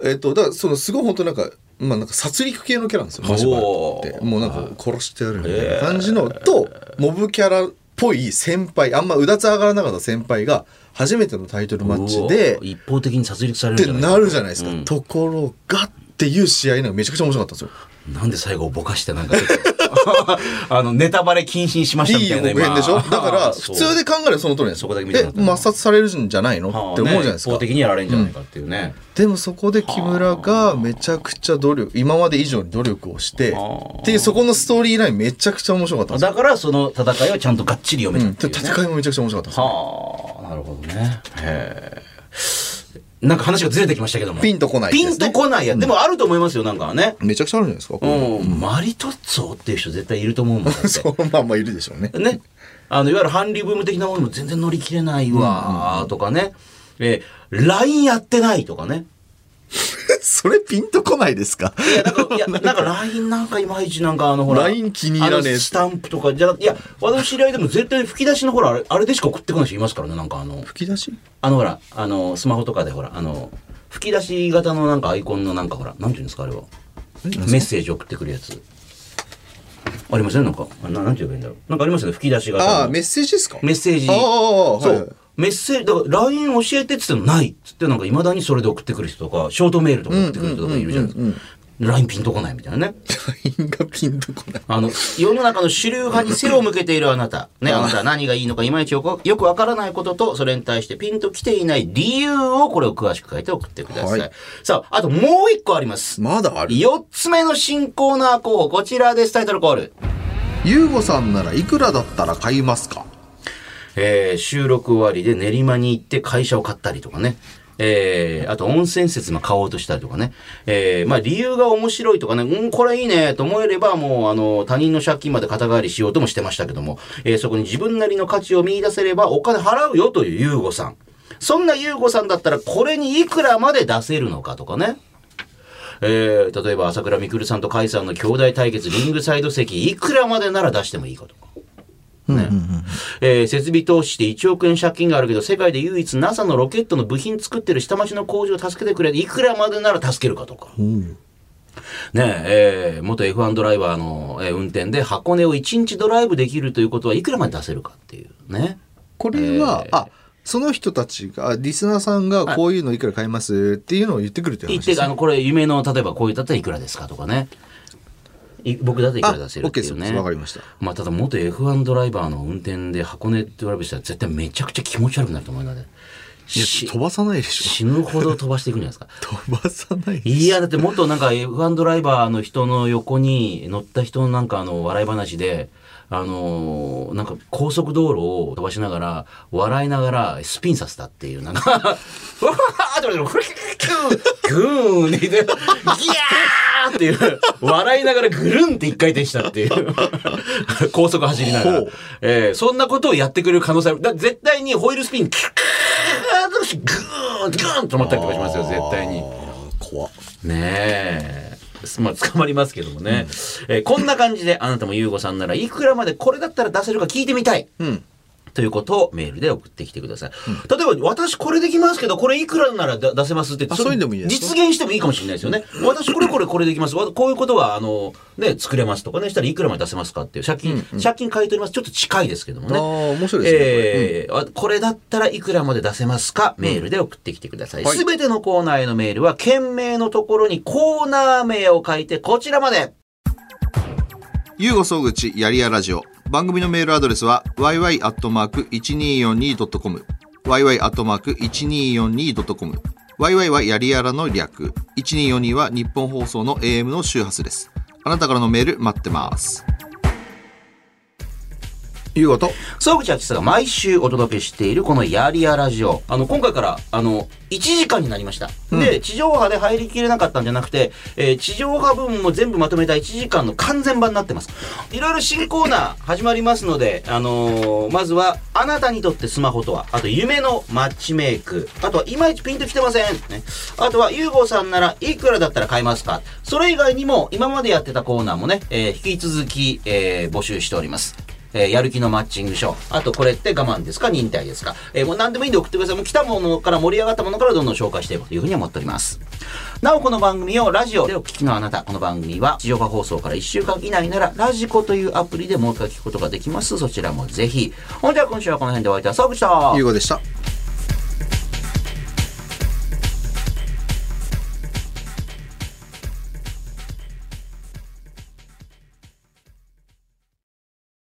S2: えっと、だからそのすごい本当なんか、まあなんか殺戮系のキャラなんですよ、マシバって。もうなんか殺してやるみたいな感じの、と、モブキャラっぽい先輩、あんまうだつ上がらなかった先輩が、初めてのタイトルマッチで
S1: うお、一方的に殺戮されるんじ
S2: って
S1: ゃない
S2: なるじゃないですか。
S1: うん
S2: ところがっていう試合なんかめちゃくちゃ面白かったんですよ。
S3: なんで最後ぼかしてなんかちょっ とあのネタバレ禁止にしました
S2: い
S3: み
S2: い
S3: たい
S2: 予
S3: な
S2: 告編でしょだから、
S1: そ
S2: 普
S1: う
S2: 通で考えればその通りなんです
S1: そ
S2: よ。
S1: こだけ見た
S2: で、
S1: かったな
S2: 抹殺されるんじゃないのっ
S1: はあ
S2: て思うじゃないです
S1: ね一
S2: か
S1: 方。的にやられるんじゃないかっていうね、
S2: でもそこで木村がめちゃくちゃ努力今まで以上に努力をして
S1: あ
S2: っていうそこのストーリーラインめちゃくちゃ面白かったんですよ
S1: だからその戦いをちゃんとがっちり読め
S2: う
S1: たっ
S2: ん、
S1: て
S2: で
S1: いう、ね
S2: 戦いもめちゃくちゃ面白かったんですよ
S1: はあなるほどねへえなんか話がずれてきましたけども
S2: ピンとこないです
S1: ピ
S2: ね
S1: ンとこないや、でもあると思いますよなんかはね
S2: めちゃくちゃあるんじゃないですかこ
S1: う
S2: れ
S1: ん、マリトッツォっていう人絶対いると思うもんだっ て
S2: そのまんまいるでしょ うね
S1: ね、あのいわゆる韓流ブーム的なものも全然乗り切れないわーとかね、えー、LINE やってないとかね
S2: それピンとこないですか
S1: いやなんかいや なんか LINE なんかいまいちなんかあのほら
S2: LINE 気に入らねえ
S1: あのスタンプとかじゃなくていや私知り合いでも絶対吹き出しのほらあれあれでしか送ってこない人いますからねなんかあの
S2: 吹き出し
S1: あのほらあのスマホとかでほらあの吹き出し型のなんかアイコンのなんかほらなんていうんですかあれはメッセージ送ってくるやつありませんなんかあななんて言えばいいんだろうなんかありますよね吹き出し型の
S2: ああメッセージですか
S1: メッセージ。
S2: ああああ
S1: そ。
S2: は いう
S1: メッセージ、だから LINE 教えてって言ってもないっつって、なんか未だにそれで送ってくる人とか、ショートメールとか送ってくる人とかいるじゃないですか。LINE ピンとこないみたいなね。
S2: LINE がピンとこない
S1: あの、世の中の主流派に背を向けているあなた。ね、あなたは何がいいのかいまいちよくよくわからないことと、それに対してピンときていない理由をこれを詳しく書いて送ってください。
S2: はい
S1: さあ、あともう一個あります。
S2: まだある
S1: 4つ目の新コーナー候補、こちらです。タイトルコール。
S2: ゆうごさんならいくらだったら買いますか
S1: えー収録終わりで練馬に行って会社を買ったりとかね。えーあと温泉施設も買おうとしたりとかね。えーまあ理由が面白いとかね、うん、これいいねと思えれば、もう、あの、他人の借金まで肩代わりしようともしてましたけども、えーそこに自分なりの価値を見出せればお金払うよというユーゴさん。そんなユーゴさんだったら、これにいくらまで出せるのかとかね。えー例えば朝倉未来さんと甲斐さんの兄弟対決リングサイド席いくらまでなら出してもいいかとか。ねえー設備投資で1億円借金があるけど世界で唯一 NASA のロケットの部品作ってる下町の工場を助けてくれいくらまでなら助けるかとか。ねええー元 F1 ドライバーの、えー運転で箱根を1日ドライブできるということはいくらまで出せるかっていうね。
S2: これは、あその人たちがあリスナーさんがこういうのいくら買いますっていうのを言ってくるっていう
S1: 言っ
S2: 話で
S1: て
S2: す
S1: あのこれ夢の例えばこういうだったらいくらですかとかねい僕だったらいくら出せるっていう
S2: あ OK で
S1: ね
S2: すわかりました
S1: まあただ元 F1 ドライバーの運転で箱根ドライブしたら絶対めちゃくちゃ気持ち悪くなると思うのでし
S2: 飛ばさないでし
S1: 死ぬほど飛ばしていくんじゃないですか
S2: ょ飛ばさない
S1: いやだって元なんか F1 ドライバーの人の横に乗った人のなんかあの笑い話であのーなんか高速道路を飛ばしながら笑いながらスピンさせたっていうなんかわーって言われてキューングーンって言ってギャーっていう笑いながらぐるんって一回転したっていう高速走りながら
S2: ほう、
S1: えーそんなことをやってくれる可能性あるだから絶対にホイールスピンキューッグーングーンと止まったりとかしますよ絶対に。
S2: 怖
S1: ねえ。まあ、捕まりますけどもね、えーこんな感じであなたも優吾さんならいくらまでこれだったら出せるか聞いてみたい、
S2: うん
S1: ということをメールで送ってきてください。例えば、私これできますけど、これいくらならだ出せますって言って
S2: あそういうのもいいです
S1: 実現してもいいかもしれないですよね。私これこれこれできます。わこういうことは、あの、ね、作れますとかね、したらいくらまで出せますかっていう、借金、借金買い取ります。ちょっと近いですけどもね。
S2: あー面白いですね
S1: えーあこれだったらいくらまで出せますかメールで送ってきてください。
S2: はい
S1: すべ、てのコーナーへのメールは、件名のところにコーナー名を書いて、こちらまで。
S2: ゆうご総口やりやラジオ。番組のメールアドレスは yy.1242.com。yy.1242.com。yy はやりやらの略。1242は日本放送の AM の周波数です。あなたからのメール待ってます。ゆうごと。
S1: 総口秋さんが毎週お届けしているこのやりやラジオ。あの、今回から、あの、1時間になりました。で、地上波で入りきれなかったんじゃなくて、えー地上波分も全部まとめた1時間の完全版になってます。いろいろ新コーナー始まりますので、あのーまずは、あなたにとってスマホとは、あと夢のマッチメイク、あとは、いまいちピンときてません。ね、あとは、ゆうごさんならいくらだったら買えますかそれ以外にも、今までやってたコーナーもね、えー引き続き、えー募集しております。えーやる気のマッチング書。あと、これって我慢ですか忍耐ですかえーもう何でもいいんで送ってください。もう来たものから盛り上がったものからどんどん紹介していこうというふうに思っております。なお、この番組をラジオでお聞きのあなた、この番組は地上波放送から1週間以内なら、ラジコというアプリでもう一回聞くことができます。そちらもぜひ。ほんでは今週はこの辺でお会いいたい。沢口と
S2: ゆうごでした。